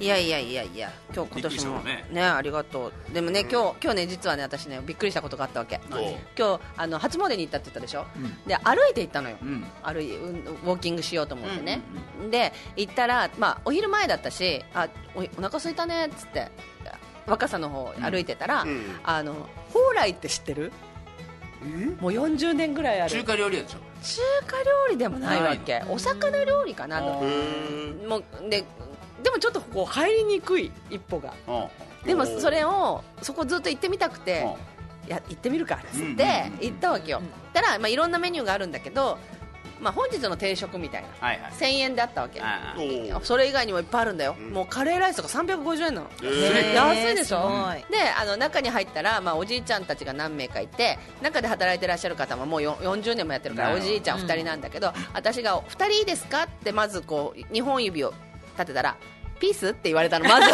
Speaker 3: いやいやいやいや今日今年
Speaker 4: びっ
Speaker 3: も
Speaker 4: くりしたも
Speaker 3: ね
Speaker 4: ん
Speaker 3: ありがとうでもね、今日今日ね実はね私ねびっくりしたことがあったわけ
Speaker 2: おう
Speaker 3: 今日あの初詣に行ったって言ったでしょ、で歩いて行ったのよ、
Speaker 4: ん
Speaker 3: 歩いうんウォーキングしようと思ってね、で行ったら、まあ、お昼前だったしあおお腹空いたねっつって若さの方歩いてたら、あの蓬莱って知ってるもう40年ぐらいある
Speaker 4: 中華料理屋でしょ
Speaker 3: 中華料理でもないわけお魚料理かなともうででもちょっとこう入りにくい一歩がでもそれをそこずっと行ってみたくていや行ってみるかっつって行ったわけよたらまあいろんなメニューがあるんだけどまあ本日の定食みたいな
Speaker 4: はいはい
Speaker 3: 1000円であったわけ
Speaker 4: あ
Speaker 3: それ以外にもいっぱいあるんだよ、もうカレーライスとか350円なの、
Speaker 4: え
Speaker 6: ー
Speaker 3: 安いでしょ、
Speaker 6: す
Speaker 3: であの中に入ったら、まあ、おじいちゃんたちが何名かいて中で働いてらっしゃる方ももうよ40年もやってるから
Speaker 4: な
Speaker 3: お
Speaker 4: るほど
Speaker 3: じいちゃん2人なんだけど、私が「2人いいですか?」ってまずこう2本指を立てたら「ピース?」って言われたのま ず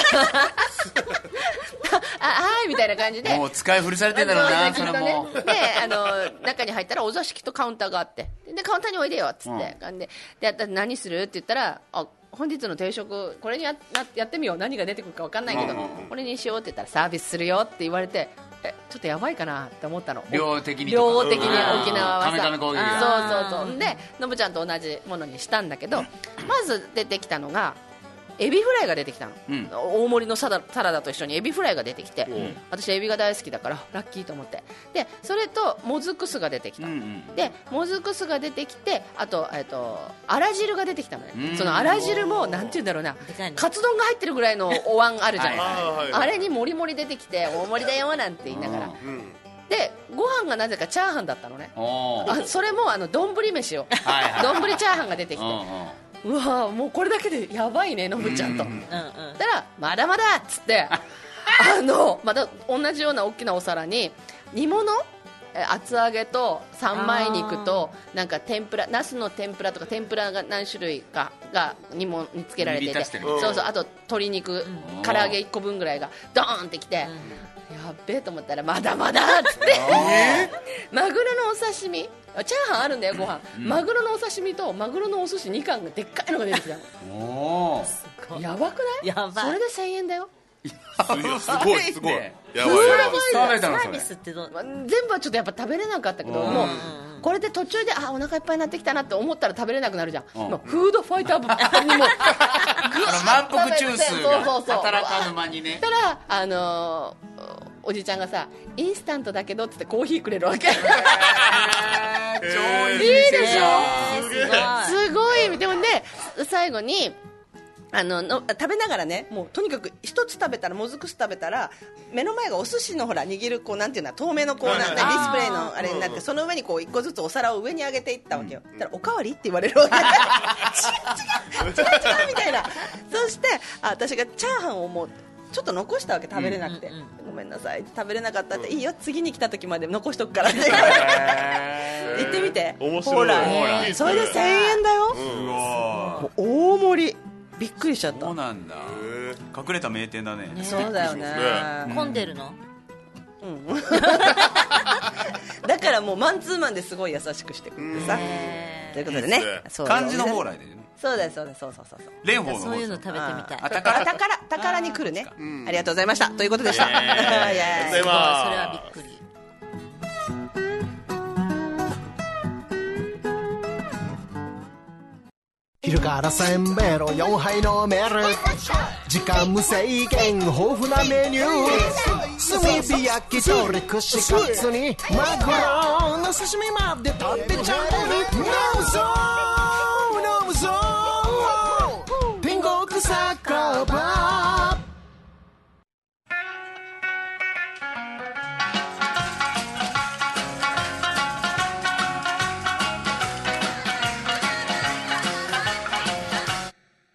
Speaker 3: ああはいみたいな感じで
Speaker 4: もう使い古されてんだろうなそれも
Speaker 3: であの中に入ったらお座敷とカウンターがあってでカウンターにおいでよっつって、でで私何するって言ったらあ本日の定食これにやなやってみよう何が出てくるか分かんないけど、
Speaker 4: うんうんうん
Speaker 3: これにしようって言ったらサービスするよって言われてえちょっとやばいかなって思ったの
Speaker 4: 量的にとか
Speaker 3: 量的に沖縄はさ
Speaker 4: カメカメ攻撃
Speaker 3: あ
Speaker 4: だ
Speaker 3: ーそうそうそうでのぶちゃんと同じものにしたんだけどまず出てきたのがエビフライが出てきたの、
Speaker 4: うん
Speaker 3: 大盛りのサラサラダと一緒にエビフライが出てきて、私エビが大好きだからラッキーと思ってでそれともずく酢が出てき
Speaker 4: うん
Speaker 3: た
Speaker 4: う
Speaker 3: の、
Speaker 4: ん
Speaker 3: でもずく酢が出てきてあと,、えっとあら汁が出てきたのね、
Speaker 4: うん
Speaker 3: そのあら汁もなんて言うんだろうな
Speaker 6: でかいの
Speaker 3: カツ丼が入ってるぐらいのお椀あるじゃない
Speaker 4: はい
Speaker 2: はいはい
Speaker 3: あれにもりもり出てきて大盛りだよなんて言いながら
Speaker 2: うん
Speaker 3: でご飯がなぜかチャーハンだったのね
Speaker 4: おー
Speaker 3: あそれもあの丼飯を
Speaker 4: はいはい
Speaker 3: 丼チャーハンが出てき
Speaker 4: う
Speaker 3: て
Speaker 4: んうん
Speaker 3: うわーもうこれだけでやばいねのぶちゃんと。
Speaker 6: うんうん
Speaker 3: だからまだまだっつってあのまた同じような大きなお皿に煮物え厚揚げと三枚肉となんか天ぷらナスの天ぷらとか天ぷらが何種類かが煮物につけられてい
Speaker 4: 煮浸
Speaker 3: て
Speaker 4: してる
Speaker 3: そうそうあと鶏肉
Speaker 4: ん
Speaker 3: 唐揚げ1個分ぐらいがドーンってきてやっべえと思ったらまだまだっつって マグロのお刺身チャーハンあるんだよご飯マグロのお刺身とマグロのお寿司2貫がでっかいのが出てきたの
Speaker 4: おー
Speaker 3: やばくない
Speaker 6: やばい
Speaker 3: それで1000円だよ
Speaker 2: すごいすごい
Speaker 4: ね
Speaker 2: やばいやばい
Speaker 4: 伝われた
Speaker 6: サ
Speaker 4: のそ
Speaker 6: ービ
Speaker 4: れ
Speaker 6: スってどう
Speaker 3: まあ全部はちょっとやっぱ食べれなかったけど
Speaker 4: うん
Speaker 3: もうこれで途中であお腹いっぱいになってきたなって思ったら食べれなくなるじゃん
Speaker 4: うん
Speaker 3: もうフードファイターぶっにも
Speaker 4: 満腹中枢が
Speaker 3: そうそうそう
Speaker 4: 働かぬ間にね
Speaker 3: たらあのーおじちゃんがさインスタントだけどっつってコーヒーくれるわけす
Speaker 4: えー超いい
Speaker 3: いいでしょ
Speaker 6: すごい
Speaker 3: ごいでもね最後にあのの食べながらねもうとにかく一つ食べたらもずく酢食べたら目の前がお寿司のほら握るこうなんていうの透明のこうなん
Speaker 2: はい
Speaker 3: ディスプレイのあれになってその上にこう一個ずつお皿を上に上げていったわけよ、たらおかわりって言われるわけ違う違う違う違うみたいなそしてあ私がチャーハンをもうちょっと残したわけ食べれなくて、ごめんなさい食べれなかったって、いいよ次に来た時まで残しとくからって言われて 行ってみて
Speaker 2: 面白い
Speaker 3: ほら
Speaker 2: ほら
Speaker 3: それで1000円だよ、もう大盛りびっくりしちゃった
Speaker 4: そうなんだ
Speaker 2: え
Speaker 4: 隠れた名店だね
Speaker 3: そうだよね
Speaker 2: ね
Speaker 6: 混んでるの
Speaker 3: だからもうマンツーマンですごい優しくしてくれてさということでね
Speaker 2: いいっすね
Speaker 3: そう
Speaker 4: 漢字の方来でね
Speaker 3: そうだよそうだよそうそうそうそう
Speaker 4: 蓮舫の
Speaker 6: そういうの
Speaker 4: 方
Speaker 6: 食べてみたい
Speaker 4: あ
Speaker 3: 宝
Speaker 4: 宝
Speaker 3: 宝宝に来るねありがとうございましたということでした
Speaker 4: イエーイ
Speaker 3: イエーイ
Speaker 2: ありがとうございます
Speaker 6: それはびっくり
Speaker 7: 昼からせんべろ4杯飲める時間無制限豊富なメニュー炭火焼き鳥串カツにマグロの刺身まで食べちゃう飲むぞ飲むぞ天国酒場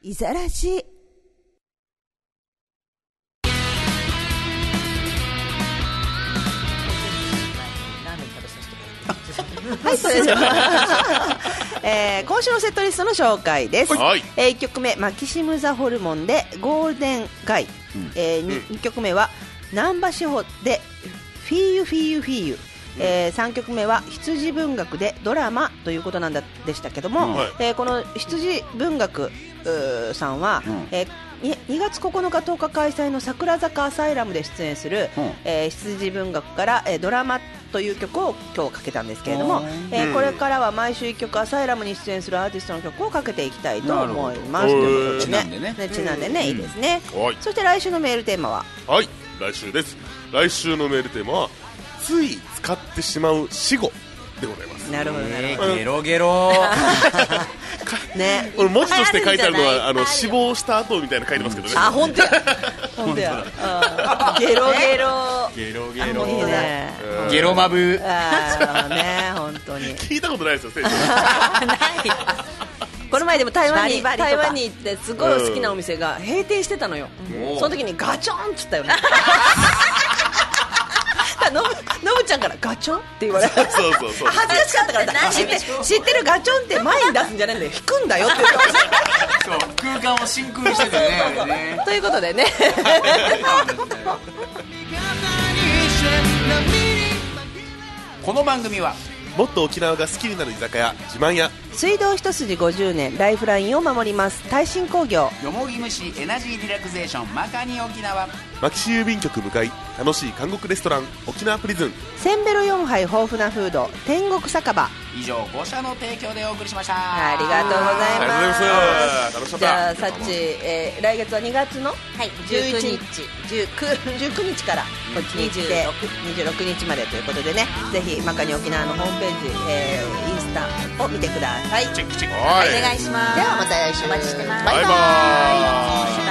Speaker 11: いざらし
Speaker 6: ラーメン食べさせても
Speaker 3: はい、それでは、えー今週のセットリストの紹介です。
Speaker 2: はい
Speaker 3: えー、1曲目、マキシム・ザ・ホルモンでゴールデンガイ。えー、2, 曲目は、南波志保でフィーユ・フィーユ・フィーユ。え3曲目は羊文学でドラマということなんだでしたけども、
Speaker 2: はい
Speaker 3: えーこの羊文学うーさんは、
Speaker 4: うん
Speaker 3: えーに2月9日10日開催の桜坂アサイラムで出演する、
Speaker 4: うん
Speaker 3: えー羊文学から、えードラマという曲を今日かけたんですけれども
Speaker 4: うん、
Speaker 3: えーこれからは毎週1曲「アサイラム」に出演するアーティストの曲をかけていきたいと思います
Speaker 2: な
Speaker 3: と
Speaker 2: るほど
Speaker 3: いうこと
Speaker 4: ち
Speaker 3: で
Speaker 4: なんでね
Speaker 3: ちなんでね、いいですね、
Speaker 2: はい
Speaker 3: そして来週のメールテーマは
Speaker 2: はい来週です来週のメールテーマはつい使ってしまう死語でございます
Speaker 3: なるほどなるほど
Speaker 4: ゲロゲロ
Speaker 3: ね
Speaker 2: これ文字として書いてあるの
Speaker 3: いっぱい
Speaker 2: は
Speaker 3: あ
Speaker 2: あ
Speaker 3: るんじゃない
Speaker 2: の死亡した後みたいなの書いてますけどね
Speaker 3: あ本当や本当やうんゲロゲロ
Speaker 4: ゲロゲ
Speaker 3: いいね
Speaker 2: うん
Speaker 4: ゲロマブ
Speaker 3: あーね本当に
Speaker 2: 聞いたことないですよ先生
Speaker 3: この前でも台湾に
Speaker 6: バリバリ
Speaker 3: 台
Speaker 6: とか
Speaker 3: 湾に行ってすごい好きなお店が閉店してたのよ、
Speaker 2: うん
Speaker 3: その時にガチョンっつったよねだからのぶのぶちゃんからガチョンって言 われて恥
Speaker 2: そうそうそう
Speaker 3: ずかしかったからだ知って知ってるガチョンって前に出すんじゃないんだよ引くんだよって言ってました
Speaker 4: そう空間を真空にしててねあれね
Speaker 3: ということでね
Speaker 4: この番組は
Speaker 2: もっと沖縄が好きになる居酒屋自慢屋
Speaker 3: 水道一筋50年ライフラインを守ります耐震工業
Speaker 4: よもぎ虫エナジーリラクゼーションマカニ沖縄
Speaker 2: 牧師郵便局向かい楽しい韓国レストラン沖縄プリズン
Speaker 3: せんべろ4杯豊富なフード天国酒場
Speaker 4: 以上5社の提供でお送りしました
Speaker 3: ありがとうご
Speaker 2: ありがとうございます楽しかった
Speaker 3: じゃあさっち、えー来月は2月の
Speaker 5: はい
Speaker 3: 11
Speaker 5: 19日
Speaker 3: 日19 19日からこっちに来て26日までということでねぜひマカニ沖縄のホームページ、えーインスタを見てください
Speaker 2: チェックチェック
Speaker 5: お願いします
Speaker 3: ではまた来週
Speaker 5: お待ちしてます
Speaker 2: バイバーイ